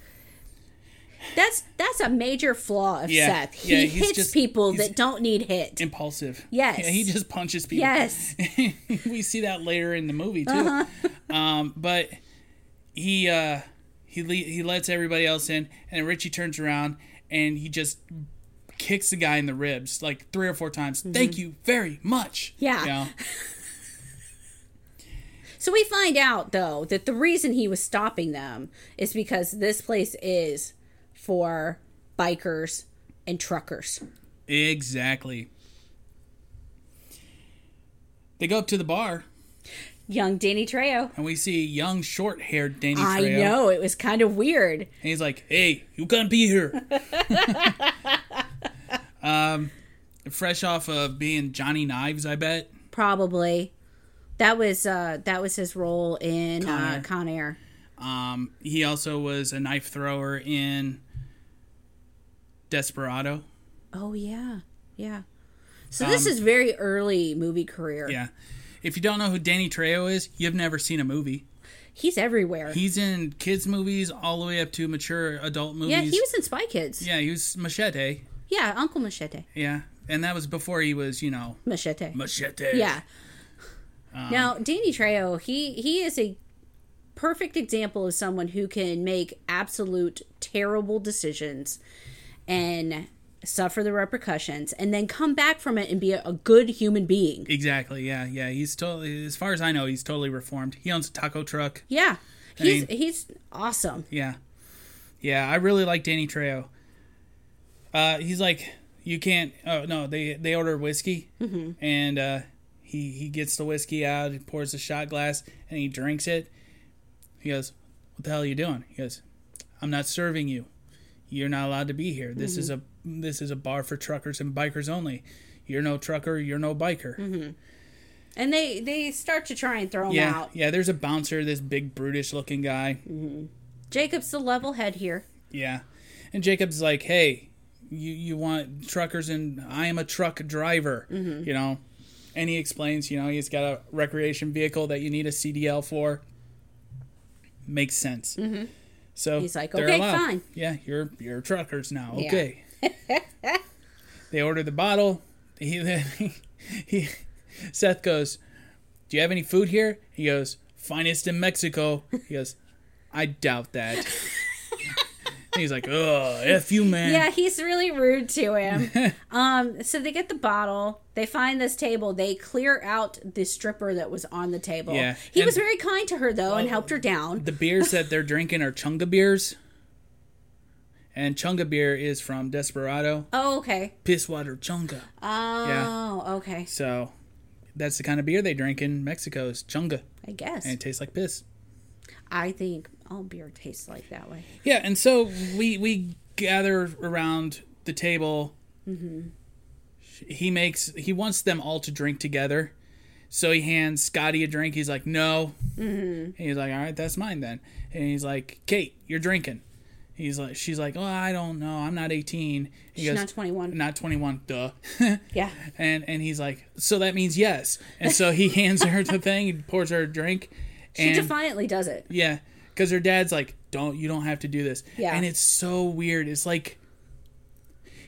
that's that's a major flaw of Yeah. seth he Yeah, he's hits just- people he's- that don't need hit Impulsive. Yes. Yeah, he just punches people. [laughs] yes [laughs] we see that later in the movie too. Uh-huh. [laughs] Um, but he uh, he le- he lets everybody else in, and Richie turns around and he just kicks the guy in the ribs like three or four times. Thank you very much. Mm-hmm. Yeah. You know? so we find out though that the reason he was stopping them is because this place is for bikers and truckers Exactly. They go up to the bar young danny trejo and we see young short-haired Danny I Trejo. know it was kind of weird. And he's like, "Hey, you can't be [laughs] here." um, fresh off of being Johnny Knives, I bet. Probably that was uh that was his role in Con Air. Air. Uh, Con Air. Um, he also was a knife thrower in Desperado. Oh yeah, yeah. So this is very early movie career. Um, Yeah. If you don't know who Danny Trejo is, you've never seen a movie. He's everywhere. He's in kids movies all the way up to mature adult movies. yeah, he was in Spy Kids. Yeah, Yeah, he was Machete. Uncle Machete. Yeah, and that was before he was, you know, Machete. Machete. yeah. Um, now Danny Trejo, he he is a perfect example of someone who can make absolute terrible decisions and suffer the repercussions and then come back from it and be a, a good human being. Exactly. Yeah, yeah. He's totally, as far as I know, he's totally reformed. He owns a taco truck. Yeah. He's mean- he's awesome. Yeah. Yeah, I really like Danny Trejo. Uh, he's like, you can't. Oh no, they they order whiskey, and uh, he he gets the whiskey out, and pours a shot glass, and he drinks it. He goes, "What the hell are you doing?" He goes, "I'm not serving you. You're not allowed to be here. This is a this is a bar for truckers and bikers only. You're no trucker. You're no biker." And they they start to try and throw him Yeah, out. yeah. There's a bouncer, this big brutish looking guy. Jacob's the level head here. Yeah. And Jacob's like, hey, you, you want truckers, and I am a truck driver, Mm-hmm. you know? And he explains, you know, he's got a recreation vehicle that you need a CDL for. Makes sense. Mm-hmm. So He's like, they're "Okay, allowed. fine." Yeah, you're you're truckers now. Yeah. Okay. [laughs] they order the bottle. He, [laughs] he, Seth goes, "Do you have any food here?" He goes, "Finest in Mexico." He goes, "I doubt [laughs] that." and he's like, "Oh, f you, man." Yeah, he's really rude [laughs] to him. um so they get the bottle, they find this table, they clear out the stripper that was on the table. Yeah, He and- Oh. was very kind to her though and helped her down. The beers that they're drinking are Chunga beers. And Chunga beer is from Desperado. oh, okay. Piss water Chunga. Oh, Yeah. okay. So that's the kind of beer they drink in Mexico is Chunga. I guess. And it tastes like piss. I think all beer tastes like that way. Yeah, and so we we gather around the table. He makes he wants them all to drink together, so he hands Scotty a drink. He's like, "No," and Mm-hmm. he's like, "All right, that's mine then." And he's like, "Kate, you're drinking." He's like, she's like, "Oh, I don't know. I'm not 18." He She's not 21. Not 21. Duh. [laughs] Yeah. [laughs] And and he's like, so that means yes. And so he hands her the thing, and pours her a drink, She And- defiantly does it. Yeah, because her dad's like, "Don't you don't have to do this." Yeah. and it's so weird. It's like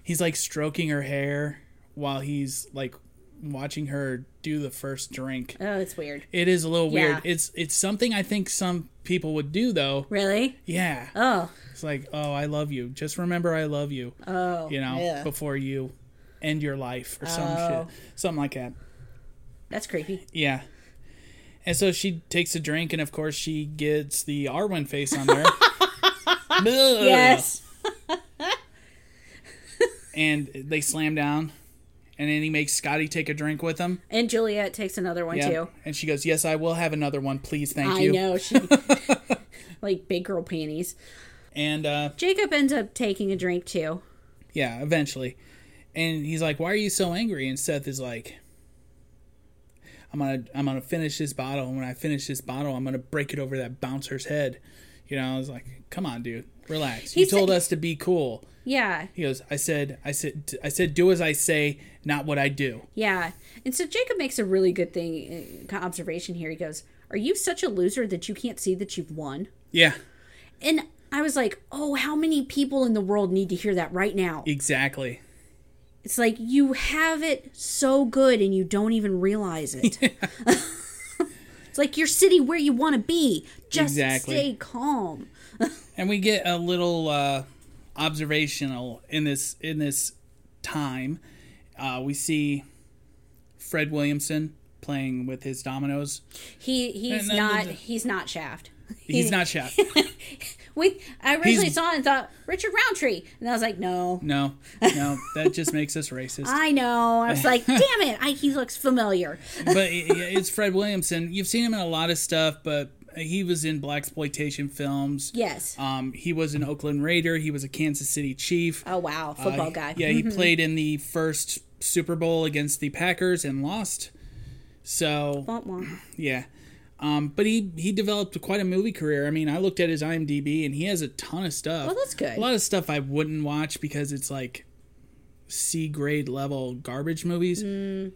he's like stroking her hair while he's like watching her do the first drink. Oh, it's weird. It is a little weird. Yeah. It's it's something I think some people would do though. Really? Yeah, Oh, it's like, "Oh, I love you. Just remember, I love you." oh. you know, yeah. before you end your life or some Oh. shit, something like that. That's creepy. Yeah. And so she takes a drink, and of course she gets the Arwen face on [laughs] there. Bleh. Yes. And they slam down, and then he makes Scotty take a drink with him. And Juliet takes another one Yeah. too. And she goes, "Yes, I will have another one, please, thank I you." [laughs] know she [laughs] like big girl panties. And uh, Jacob ends up taking a drink too. yeah, eventually, and he's like, "Why are you so angry?" And Seth is like. I'm gonna I'm gonna finish this bottle, and when I finish this bottle, I'm gonna break it over that bouncer's head. You know, I was like, "Come on, dude, relax." You He told said- us to be cool. Yeah, He goes, I said, I said, I said, do as I say, not what I do. yeah. And so Jacob makes a really good thing uh, observation here. He goes, "Are you such a loser that you can't see that you've won?" Yeah, And I was like, "Oh, how many people in the world need to hear that right now?" E- exactly. It's like you have it so good and you don't even [laughs] realize it. [laughs] it's like you're sitting where you want to be. Just Exactly. stay calm. And we get a little uh, observational in this in this time. Uh, we see Fred Williamson playing with his dominoes. He he's And then not the- he's not Shaft. [laughs] He's not Shaft. We I originally He's- saw it and thought Richard Roundtree, and I was [laughs] like, no. No, no, that just makes us racist. I know. I was like, damn it! I, he looks familiar. but i- i- it's Fred Williamson. You've seen him in a lot of stuff, but he was in black exploitation films. Yes. Um, he was an Oakland Raider. He was a Kansas City Chief. oh wow, football guy. Mm-hmm. Yeah, uh, he played in the first Super Bowl against the Packers and lost. So [laughs] Womp womp. yeah, um, but he he developed quite a movie career. I mean, I looked at his IMDb and he has a ton of stuff. Well, that's good. A lot of stuff I wouldn't watch because it's like C grade level garbage movies. Mm.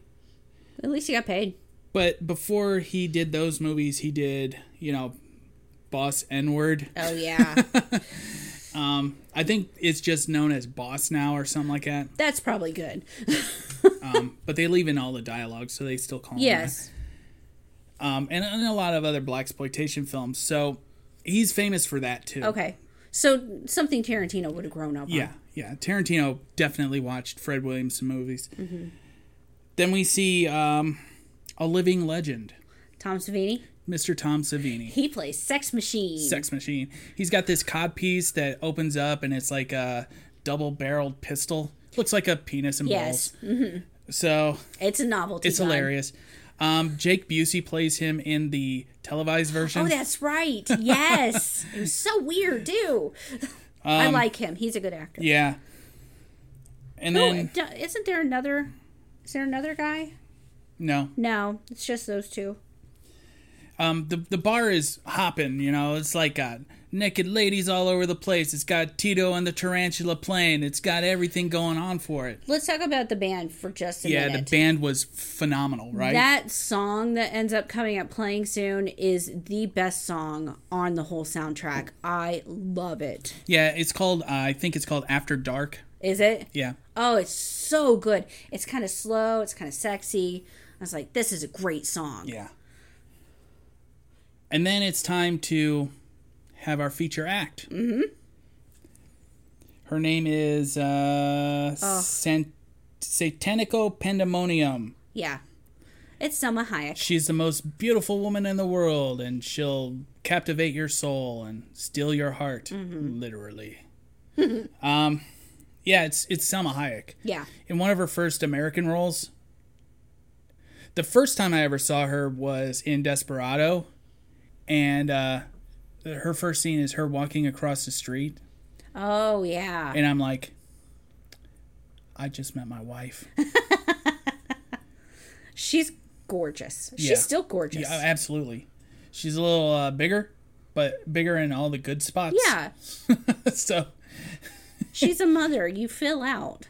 At least he got paid. But before he did those movies, he did you know Boss N Word. [laughs] Oh yeah, I think it's just known as Boss now or something like that. that's probably good. But they leave in all the dialogue, so they still call him that. Yes. um, and, and a lot of other black exploitation films. So he's famous for that too. Okay. So something Tarantino would have grown up. Yeah, On. yeah. Tarantino definitely watched Fred Williamson movies. Mm-hmm. Then we see um, a living legend, Tom Savini. Mr. Tom Savini, He plays Sex Machine. Sex Machine. He's got this cod piece that opens up, and it's like a double-barreled pistol. Looks like a penis and Yes. balls. So It's a novelty. it's gun. hilarious. Um, Jake Busey plays him in the televised version. Oh, [laughs] that's right. Yes. it was so weird too. I Um, like him. He's a good actor. yeah. And Oh, then d- isn't there another? Is there another guy? no, No, it's just those two. um, the the bar is hopping. You know, it's like got naked ladies all over the place. It's got Tito and the Tarantula playing. It's got everything going on for it. Let's talk about the band for just a Yeah, minute. the band was phenomenal, right? That song that ends up coming up playing soon is the best song on the whole soundtrack. I love it. yeah, it's called. Uh, I think it's called After Dark. Is it? Yeah, Oh, it's so good. It's kind of slow, it's kind of sexy. I was like, this is a great song. yeah. And then it's time to have our feature act. Mm-hmm. Her name is uh, Sant- Satanico Pandemonium. Yeah. It's Selma Hayek. she's the most beautiful woman in the world and she'll captivate your soul and steal your heart literally [laughs] um yeah it's it's Selma Hayek Yeah. in one of her first American roles the first time I ever saw her was in Desperado and uh her first scene is her walking across the street Oh, yeah. and I'm like I just met my wife She's gorgeous. Yeah. She's still gorgeous. Yeah, absolutely. She's a little uh, bigger, but bigger in all the good spots. yeah. [laughs] so She's a mother. You fill out.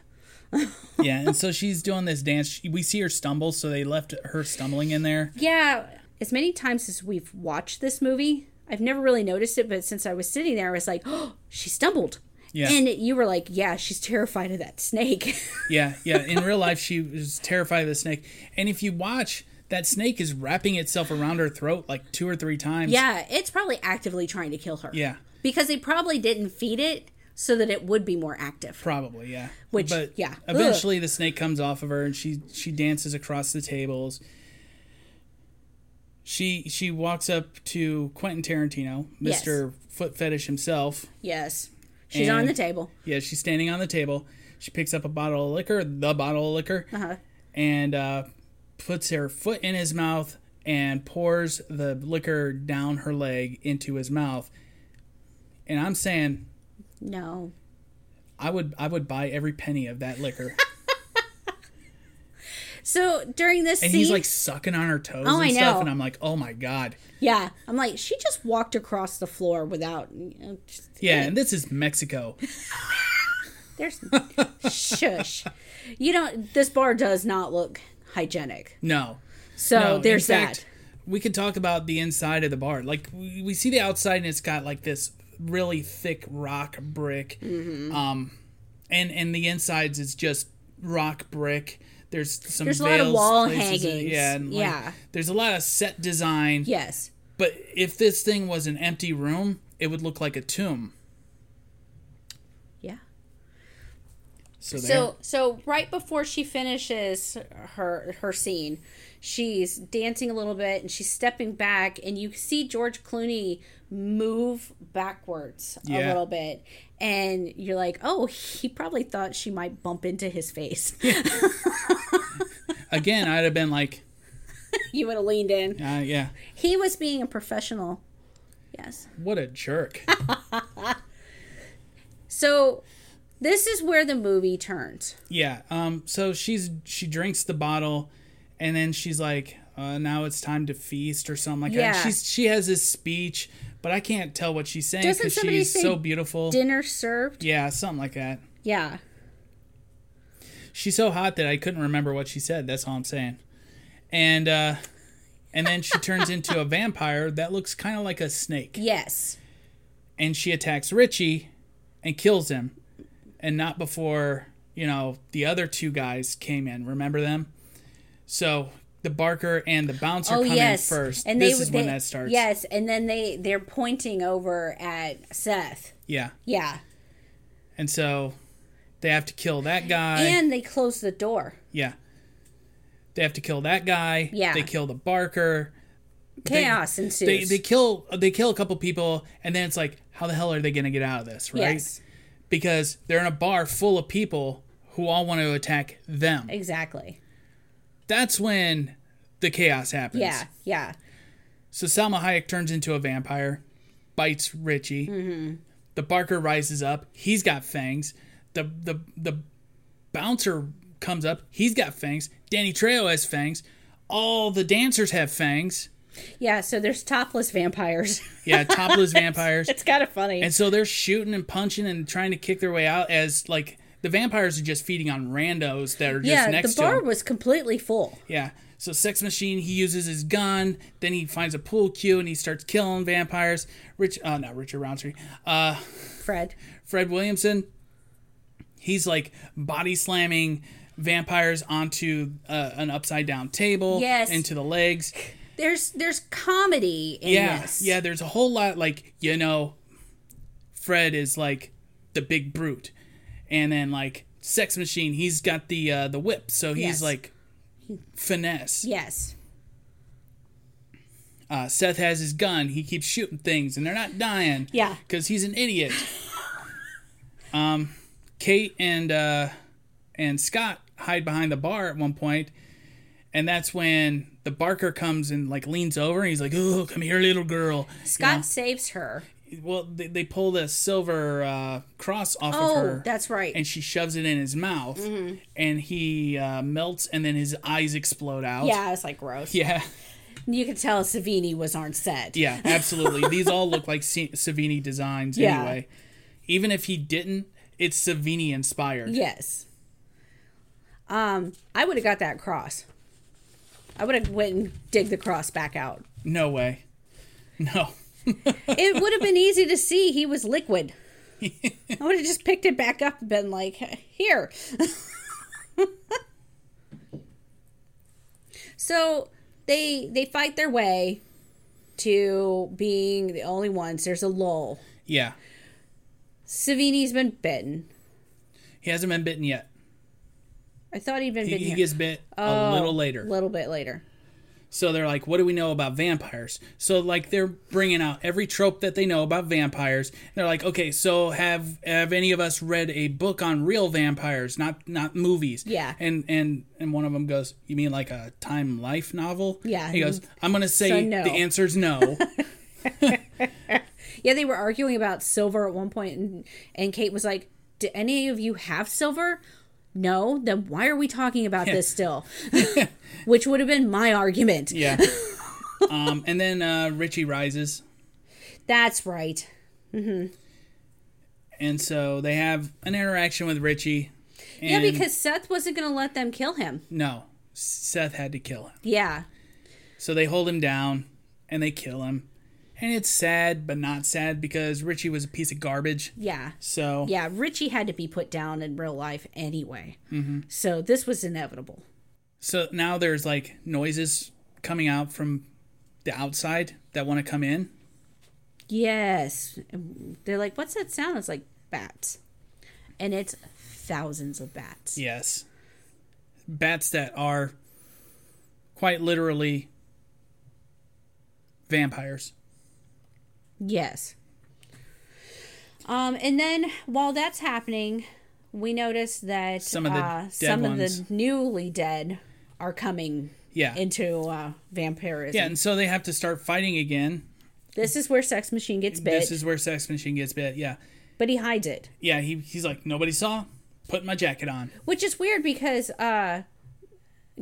yeah, and so she's doing this dance. She- We see her stumble, so they left her stumbling in there. Yeah. as many times as we've watched this movie, I've never really noticed it, but since I was sitting there, I was like, oh, she stumbled. Yeah. And you were like, yeah, she's terrified of that snake. [laughs] Yeah, yeah. In real life, she was terrified of the snake. And if you watch, that snake is wrapping itself around her throat like two or three times. yeah, it's probably actively trying to kill her. Yeah. Because they probably didn't feed it so that it would be more active. Probably, yeah. Which- yeah. Ugh. Eventually, the snake comes off of her, and she she dances across the tables. She she walks up to Quentin Tarantino, Yes. Mister Foot Fetish himself. Yes. She's And- on the table. Yeah, she's standing on the table. She picks up a bottle of liquor, the bottle of liquor, Uh-huh. and uh, puts her foot in his mouth and pours the liquor down her leg into his mouth. And I'm saying, No. I would I would buy every penny of that liquor. So during this And scene, he's like sucking on her toes Oh, and I stuff, know. and I'm like, oh my god, yeah, I'm like, she just walked across the floor without. uh, just- yeah. And this is Mexico. There's shush. You don't. This bar does not look hygienic. No, So no. in there's fact, that. We could talk about the inside of the bar. Like we, we see the outside, and it's got like this really thick rock brick, Mm-hmm. um, and and the insides is just rock brick. There's some There's a lot veils, of wall places in- hangings. yeah, and, like, Yeah. There's a lot of set design. Yes. But if this thing was an empty room, it would look like a tomb. Yeah. So, there. So so right before she finishes her her scene, she's dancing a little bit and she's stepping back and you see George Clooney move backwards a Yeah. little bit and you're like, "Oh, he probably thought she might bump into his face." again, I'd have been like, [laughs] you would have leaned in. uh, yeah. He was being a professional. Yes. What a [laughs] jerk. So this is where the movie turns. yeah. Um so she's she drinks the bottle and then she's like uh, now it's time to feast or something like Yeah. that. She's she has this speech, but I can't tell what she's saying Doesn't cuz somebody she's say so beautiful. Dinner served? yeah, something like that. Yeah. She's so hot that I couldn't remember what she said. That's all I'm saying. And uh and then she turns into a vampire that looks kind of like a snake. Yes. and she attacks Richie and kills him. And not before, you know, the other two guys came in. Remember them? So the Barker and the bouncer Oh come yes, in first. And this they, is when they- that starts. Yes, and then they they're pointing over at Seth. Yeah. Yeah, And so they have to kill that guy. and they close the door. yeah. They have to kill that guy. Yeah. They kill the Barker. Chaos ensues. They they kill they kill a couple people and then it's like, how the hell are they gonna get out of this, right? Yes, Because they're in a bar full of people who all want to attack them. exactly. that's when the chaos happens. Yeah, yeah, So Salma Hayek turns into a vampire, bites Richie. Mm-hmm. The Barker rises up. He's got fangs. The the the bouncer comes up. He's got fangs. Danny Trejo has fangs. All the dancers have fangs. yeah. So there's topless vampires. [laughs] Yeah, topless vampires. it's kind of funny. And so they're shooting and punching and trying to kick their way out as like the vampires are just feeding on randos that are just yeah, next the bar to them. was completely full. Yeah. So Sex Machine, he uses his gun. Then he finds a pool cue and he starts killing vampires. Rich, uh, not Richard Roundtree. Uh, Fred, Fred Williamson. He's like body slamming vampires onto uh, an upside down table. Yes. Into the legs. there's there's comedy in Yeah. this. Yeah. There's a whole lot like you know, Fred is like the big brute, and then like Sex Machine, he's got the uh, the whip, so he's Yes. like finesse. yes, Uh, Seth has his gun. He keeps shooting things, and they're not dying. Yeah. because he's an idiot. um, Kate and uh, and Scott hide behind the bar at one point, and that's when the Barker comes and like leans over, and he's like, "Oh, come here, little girl." Scott saves her. Well, they, they pull the silver uh, cross off Oh, of her. that's Mm-hmm. right. And she shoves it in his mouth, and he uh, melts, and then his eyes explode out. Yeah, it's like gross. Yeah. You could tell Savini was on set. Yeah, [laughs] absolutely. These all look like C- Savini designs Yeah. anyway. Even if he didn't, it's Savini inspired. Yes. Um, I would have got that cross. I would have went and dig the cross back out. No way. No. It would have been easy to see he [laughs] was liquid. I would have just picked it back up and been like, here. [laughs] so they they fight their way to being the only ones. There's a lull. Yeah. Savini's been bitten. He hasn't been bitten yet. I thought he'd been He, bitten. he yet. Oh, gets bit a little later. A little bit later. So they're like, what do we know about vampires? So like they're bringing out every trope that they know about vampires. They're like, okay, so have have any of us read a book on real vampires, not not movies? Yeah. And and and one of them goes, you mean like a time life novel? Yeah. He goes, I'm gonna say So no. the answer's [laughs] no. Yeah, they were arguing about silver at one point, and, and Kate was like, Do any of you have silver? No, then why are we talking [laughs] about this still? [laughs] Which would have been my argument. yeah. um, and then uh, Richie rises, That's right. and so they have an interaction with Richie. yeah, and- because Seth wasn't going to let them kill him. no, Seth had to kill him. Yeah. So they hold him down and they kill him. And it's sad, but not sad because Richie was a piece of garbage. Yeah. So Yeah, Richie had to be put down in real life anyway. Mm-hmm. So this was inevitable. so now there's like noises coming out from the outside that want to come in. Yes. They're like, What's that sound? It's like bats. And it's thousands of bats. Yes. Bats that are quite literally vampires. Yes. Um, and then while that's happening, we notice that Some of the uh, dead some of ones. the newly dead are coming Yeah. into uh, vampirism. yeah, and so they have to start fighting again. This is where Sex Machine gets bit, This is where Sex Machine gets bit. Yeah. but he hides it, Yeah, he, he's like, nobody saw. Put my jacket on. which is weird because uh,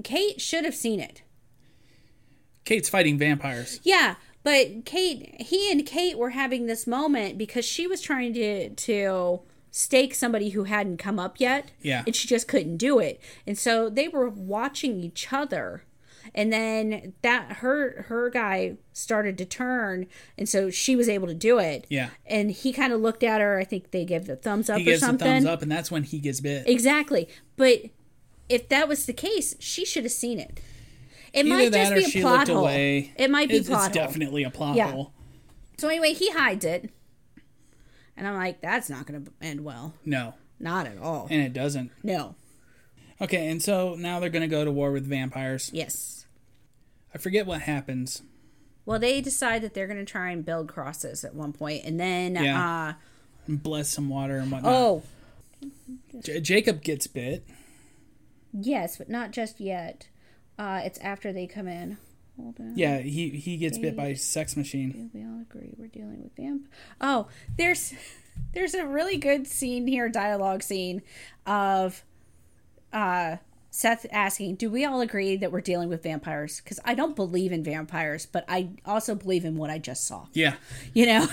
Kate should have seen it. Kate's fighting vampires. Yeah, but Kate, he and Kate were having this moment because she was trying to to stake somebody who hadn't come up yet. Yeah. and she just couldn't do it, and so they were watching each other, and then that her her guy started to turn, and so she was able to do it. Yeah. and he kind of looked at her. I think they gave the thumbs up He or gives a something. thumbs up, and that's when he gets bit. Exactly, but if that was the case, she should have seen it. It might just be a plot hole. It might be it's, plot it's hole. definitely a plot Yeah. hole. So anyway, he hides it. And I'm like, that's not going to end well. No, Not at all. and it doesn't. No. Okay, and so now they're going to go to war with vampires. Yes. I forget what happens. Well, they decide that they're going to try and build crosses at one point, and then Yeah. uh Bless some water and whatnot. oh, J- Jacob gets bit. yes, but not just yet. Uh it's after they come in. Hold on. Yeah, he he gets bit by sex machine. We all agree we're dealing with vamp. Oh, there's [laughs] there's a really good scene here, dialogue scene of uh Seth asking, "Do we all agree that we're dealing with vampires?" Cuz I don't believe in vampires, but I also believe in what I just saw, Yeah, you know.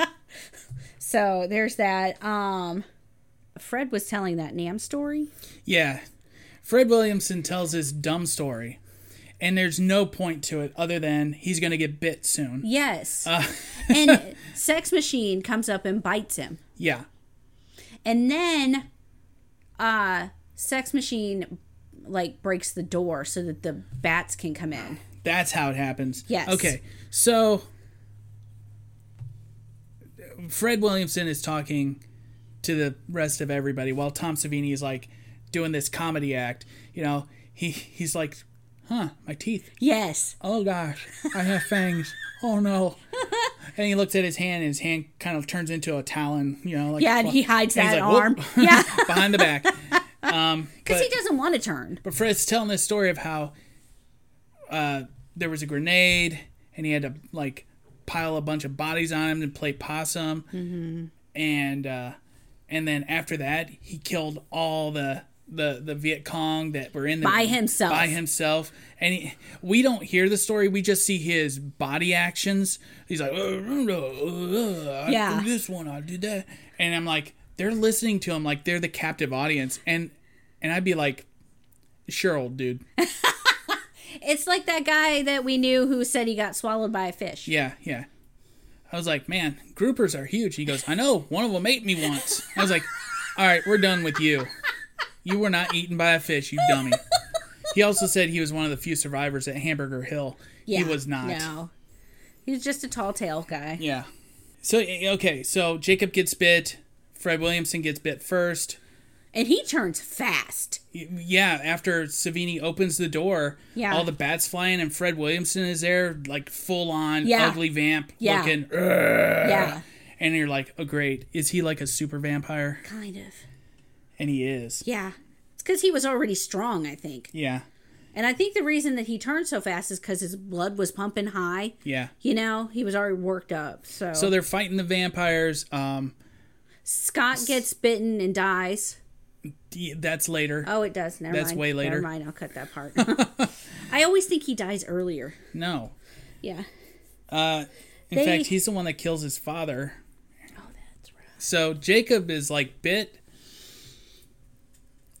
[laughs] so, there's that um Fred was telling that Nam story. yeah. Fred Williamson tells his dumb story, and there's no point to it other than he's going to get bit soon. Yes. and Sex Machine comes up and bites him. Yeah, and then uh sex machine like breaks the door so that the bats can come in That's how it happens. Yes. Okay. So Fred Williamson is talking to the rest of everybody while Tom Savini is like doing this comedy act. You know, he he's like, "Huh, my teeth. yes Oh gosh, I have fangs. Oh [laughs] no." And he looks at his hand, and his hand kind of turns into a talon. You know, like yeah and he hides and he's that like, "Whoop," [laughs] arm yeah behind the [laughs] back. because he doesn't want to turn But Fred's telling this story of how uh, there was a grenade and he had to like pile a bunch of bodies on him and play possum, mm-hmm. and uh, and then after that he killed all the the the Viet Cong that were in the By himself. by himself. And he, we don't hear the story; we just see his body actions. He's like, "Uh, Yeah. yeah, uh, I did this one, I did that, and I'm like, they're listening to him like they're the captive audience, and and I'd be like, Cheryl, dude. It's like that guy that we knew who said he got swallowed by a fish. Yeah, yeah. I was like, man, groupers are huge. He goes, I know. One of them ate me once. I was like, all right, we're done with you. You were not eaten by a fish, you dummy. He also said he was one of the few survivors at Hamburger Hill. he was not. No. He was just a tall tale guy. Yeah. So eh, okay, so Jacob gets bit. Fred Williamson gets bit first. And he turns fast. Yeah, after Savini opens the door, Yeah. all the bats flying and Fred Williamson is there, like full on Yeah. ugly vamp Yeah. looking. Yeah. And you're like, oh great, is he like a super vampire? Kind of. And he is. Yeah. It's because he was already strong, I think. Yeah, And I think the reason that he turned so fast is because his blood was pumping high. yeah. You know, he was already worked up. So, So they're fighting the vampires. Um, Scott gets bitten and dies. d- that's later. Oh, it does. Never That's mind. way later. Never mind. I'll cut that [laughs] part. I always think he dies earlier. No, Yeah. in They- fact, he's the one that kills his father. Oh, that's right. So Jacob is like bit.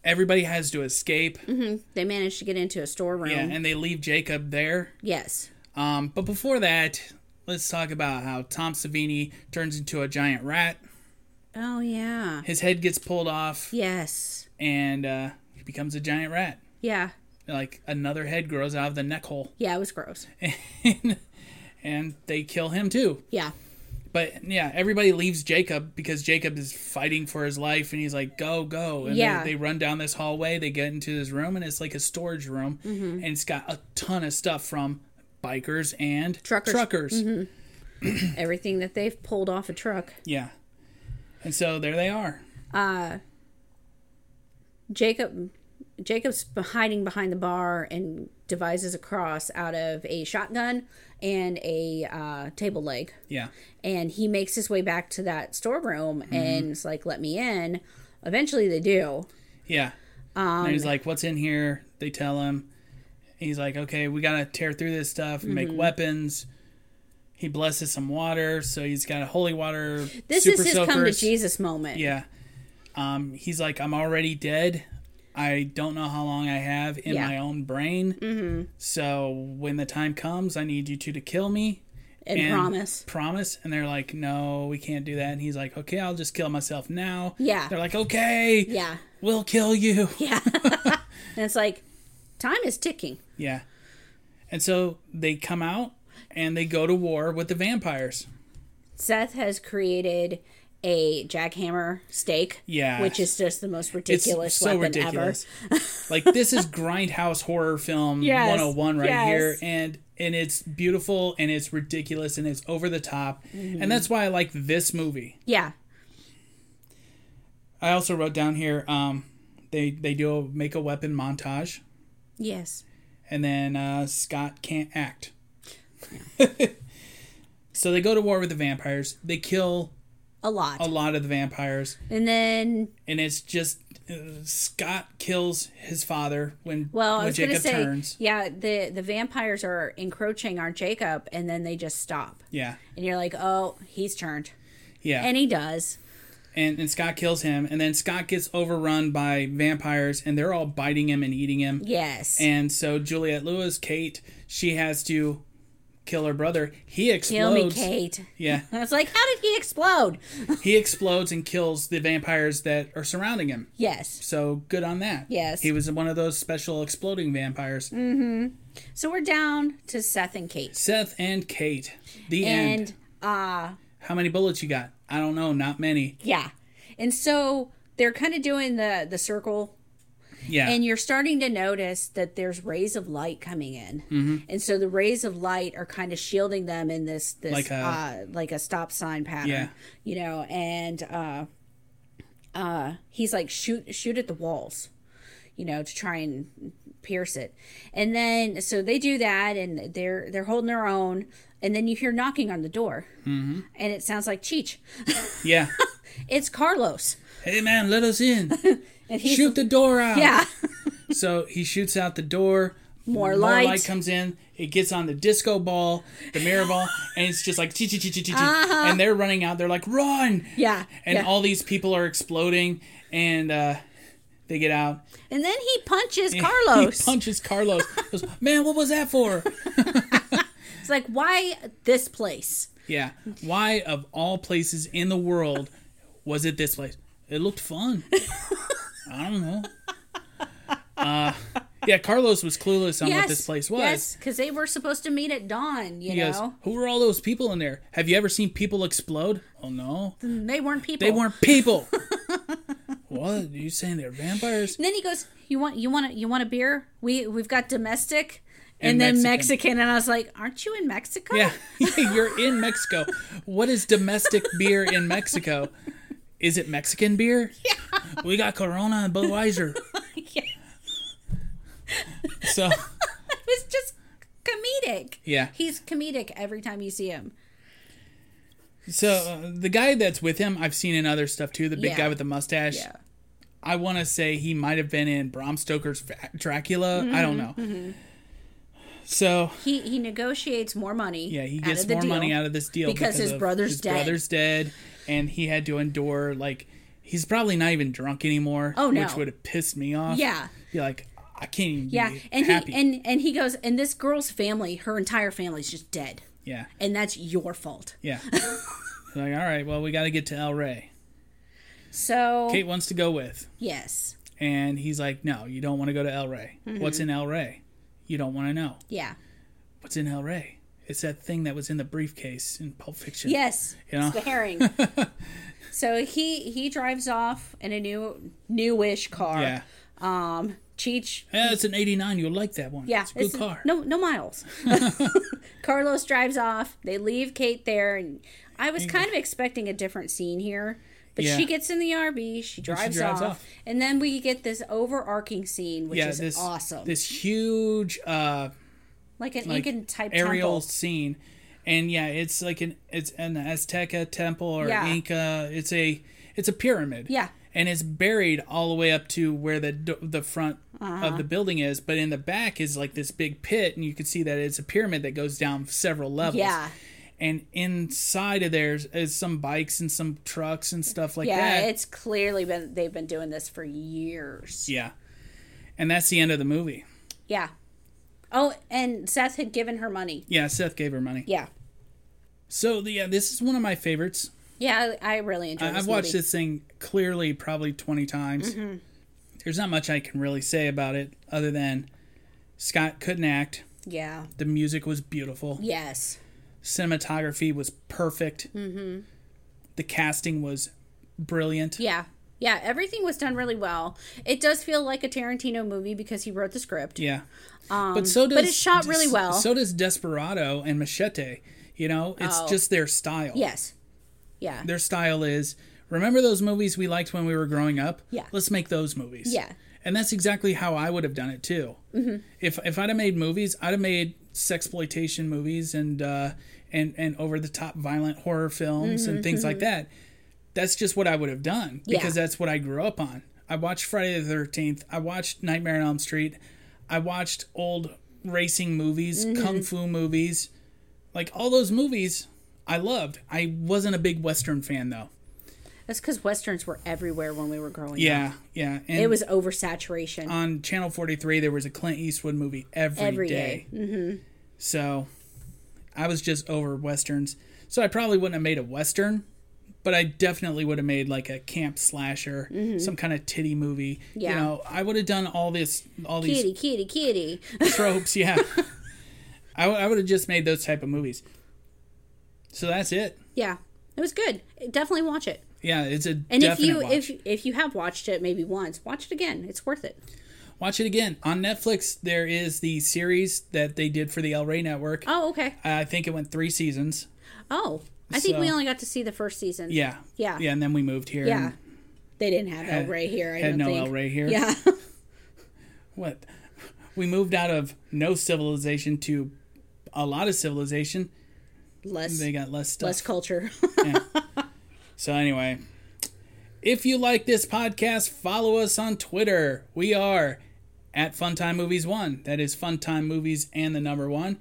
Everybody has to escape. Mm-hmm. They managed to get into a storeroom. Yeah, and they leave Jacob there. yes. Um, but before that, let's talk about how Tom Savini turns into a giant rat. Oh, yeah. His head gets pulled off, Yes. and uh, he becomes a giant rat. Yeah. Like another head grows out of the neck hole, Yeah, it was gross. and they kill him too. Yeah. But yeah, everybody leaves Jacob because Jacob is fighting for his life, and he's like, "Go, go!" And Yeah. they, they run down this hallway. They get into this room, and it's like a storage room, Mm-hmm. and it's got a ton of stuff from bikers and Truckers. Mm-hmm. truckers. Everything that they've pulled off a truck. Yeah. And so there they are. Jacob Jacob's hiding behind the bar and devises a cross out of a shotgun and a uh, table leg. Yeah. And he makes his way back to that storeroom Mm-hmm. and it's like, let me in. Eventually they do. Yeah. Um, and he's like, what's in here? They tell him. He's like, okay, we got to tear through this stuff and Mm-hmm. make weapons. He blesses some water. So he's got a holy water. This super is his soakers. come to Jesus moment. Yeah. Um, he's like, I'm already dead. I don't know how long I have in Yeah. my own brain. Mm-hmm. So when the time comes, I need you two to kill me. and, promise. Promise. And they're like, no, we can't do that. And he's like, okay, I'll just kill myself now. Yeah. They're like, okay, Yeah. [laughs] we'll kill you. Yeah. and it's like, time is ticking. Yeah. And so they come out and they go to war with the vampires. Seth has created a jackhammer stake. Yeah. Which is just the most It's ridiculous so weapon ridiculous. [laughs] like this is grindhouse horror film Yes, 101 right yes. here and and it's beautiful and it's ridiculous and it's over the top. And that's why I like this movie. ever. Yeah. I also wrote down here um they they do a make a weapon montage. Yes. and then uh, Scott can't act. [laughs] so they go to war with the vampires. They kill A lot. a lot of the vampires, And then, and it's just uh, Scott kills his father when well, I when was going to Jacob say, turns. yeah, the the vampires are encroaching on Jacob, and then they just stop. Yeah, And you're like, oh, he's turned, yeah, and he does. and and Scott kills him, and then Scott gets overrun by vampires, and they're all biting him and eating him. Yes. And so Juliet Lewis, Kate, she has to kill her brother. He Kill me, explodes. Kate. [laughs] Yeah, I was like, how did he explode? he explodes and kills the vampires that are surrounding him. Yes. So good on that. Yes. Mm. He was one of those special exploding vampires. So we're down to Seth and Kate. Seth and Kate. The And end. How many bullets you got? I don't know. Not many. yeah. And so they're kind of doing the the circle Yeah. and you're starting to notice that there's rays of light coming in Mm-hmm. and so the rays of light are kind of shielding them in this this Like a- uh, like a stop sign pattern Yeah. you know and uh uh he's like shoot shoot at the walls you know to try and pierce it and then so they do that and they're they're holding their own and then you hear knocking on the door Mm-hmm. and it sounds like cheech [laughs] yeah. it's carlos hey man, let us [laughs] in. and he's Shoot the door out. [laughs] yeah So he shoots out the door. More More light. light comes in. It gets on the disco ball, the mirror ball, and it's just like chi chi chi chi chi. And they're running out. They're like, run. Uh-huh. yeah and yeah. all these people are exploding and uh They get out. [laughs] And then he punches He Carlos. punches Carlos. Goes, Man, what was that for? it's like, why this place? Yeah. Why, of all places in the world, was it this place? It looked [laughs] fun. I don't know. Uh, yeah, Carlos was clueless on what this place was. because they were supposed to meet at dawn, you He goes, know? Who were all those people in there? Have you ever seen people explode? Oh, no. And they weren't people. They weren't [laughs] people. what? Are you saying they're vampires? And then he goes, "You want you want a, you want a beer? We we've got domestic and, And then Mexican. Mexican." And I was like, "Aren't you in Mexico?" Yeah. [laughs] You're in Mexico. What is domestic beer in Mexico? Is it Mexican beer? [laughs] Yeah. We got Corona and Budweiser. [laughs] Yeah. So, it was just comedic. yeah. He's comedic every time you see him. So uh, the guy that's with him, I've seen in other stuff too. The big Yeah. guy with the mustache. Yeah, I want to say he might have been in Bram Stoker's Fa- Dracula. I Mm-hmm, don't know. So he he negotiates more money. yeah, he out gets of the more money deal out of this deal because, his of brother's his dead. brother's dead, and he had to endure like he's probably not even drunk anymore. Oh, no. which would have pissed me off. Yeah. you're like I can't even. yeah, be and happy. he and and he goes, and this girl's family, her entire family's just dead, yeah, and that's your fault. [laughs] yeah. like all right, well we got to get to El Rey. So Kate wants to go with. yes, And he's like, No, you don't want to go to El Rey. Mm-hmm. What's in El Rey? You don't want to know. yeah, What's in El Rey? It's that thing that was in the briefcase in Pulp Fiction. yes, You know? it's the herring. [laughs] so he he drives off in a new newish car. Yeah. Um, Cheech. Yeah, it's an 89. You'll like that one. Yeah, It's a good car. No, [laughs] no miles. [laughs] Carlos drives off. They leave Kate there, and I was kind of expecting a different scene here, but Yeah. she gets in the RV. She drives, drives off, off. and then we get this overarching scene, which yeah, is this awesome, This huge uh like an like Incan type aerial temple. scene. And yeah, it's like an it's an Azteca temple or Yeah. Inca. It's a it's a pyramid. Yeah. And it's buried all the way up to where the do- the front Uh-huh. of the building is, but in the back is like this big pit and you can see that it's a pyramid that goes down several levels. Yeah, and inside of there is some bikes and some trucks and stuff like yeah. that. It's clearly been they've been doing this for years. yeah. And that's the end of the movie. Yeah. Oh, and Seth had given her money. Yeah, Seth gave her money. Yeah, So the, yeah, this is one of my favorites. yeah. I, I really enjoyed. I- this I've watched movie. this thing clearly probably 20 times. Mm-hmm. There's not much I can really say about it other than Scott couldn't act. Yeah. The music was beautiful. Yes. Cinematography was perfect. Mm-hmm. The casting was brilliant. Yeah. Yeah, everything was done really well. It does feel like a Tarantino movie because he wrote the script. Yeah. but so does Um, but it's shot really well. So does Desperado and Machete. You know, it's Oh. just their style. Yes. Yeah. Their style is remember those movies we liked when we were growing up? Yeah. Let's make those movies. Yeah. And that's exactly how I would have done it too. Mm-hmm. If if I'd have made movies, I'd have made sexploitation movies and uh, and and over the top violent horror films Mm-hmm, and things like that. That's just what I would have done because Yeah. that's what I grew up on. I watched Friday the Thirteenth. I watched Nightmare on Elm Street. I watched old racing movies, Mm-hmm. kung fu movies, like all those movies. I loved. I wasn't a big Western fan though. That's because westerns were everywhere when we were growing up. Yeah, Um, yeah. And It was oversaturation. on Channel 43, there was a Clint Eastwood movie Every every day. Mm-hmm. So I was just over Westerns. So I probably wouldn't have made a Western, but I definitely would have made like a camp slasher, some kind of titty movie. Mm-hmm. Yeah. You know, I would have done all this, all these kitty, kitty, kitty. [laughs] tropes. [laughs] Yeah. I would have just made those type of movies. So that's it. yeah. It was good. Definitely watch it. Yeah, it's a And if definite you watch. if if you have watched it maybe once, watch it again. It's worth it. watch it again on Netflix. There is the series that they did for the El Rey Network. Oh, okay. I think it went three seasons. Oh. I think So- we only got to see the first season. Yeah. Yeah. Yeah, and then we moved here. Yeah. and They didn't have El had- Rey here, I had don't no think. El Rey here. [laughs] Yeah. [laughs] What? We moved out of no civilization to a lot of civilization. less They got less stuff. less [laughs] culture. [laughs] so anyway, if you like this podcast, follow us on Twitter. We are at Funtime Movies One. That is Funtime Movies and the number one.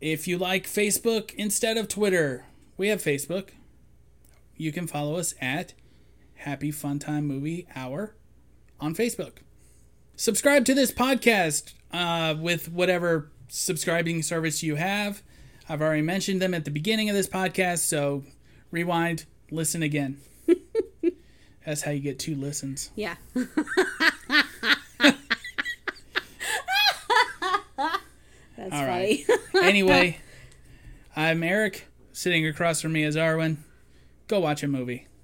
If you like Facebook instead of Twitter, we have Facebook. You can follow us at Happy Funtime Movie Hour on Facebook. Subscribe to this podcast uh, with whatever subscribing service you have. I've already mentioned them at the beginning of this podcast, so rewind, listen again. That's how you get two listens. [laughs] Yeah. [laughs] That's All funny. right. Anyway, I'm Eric. Sitting across from me is Arwen. Go watch a movie.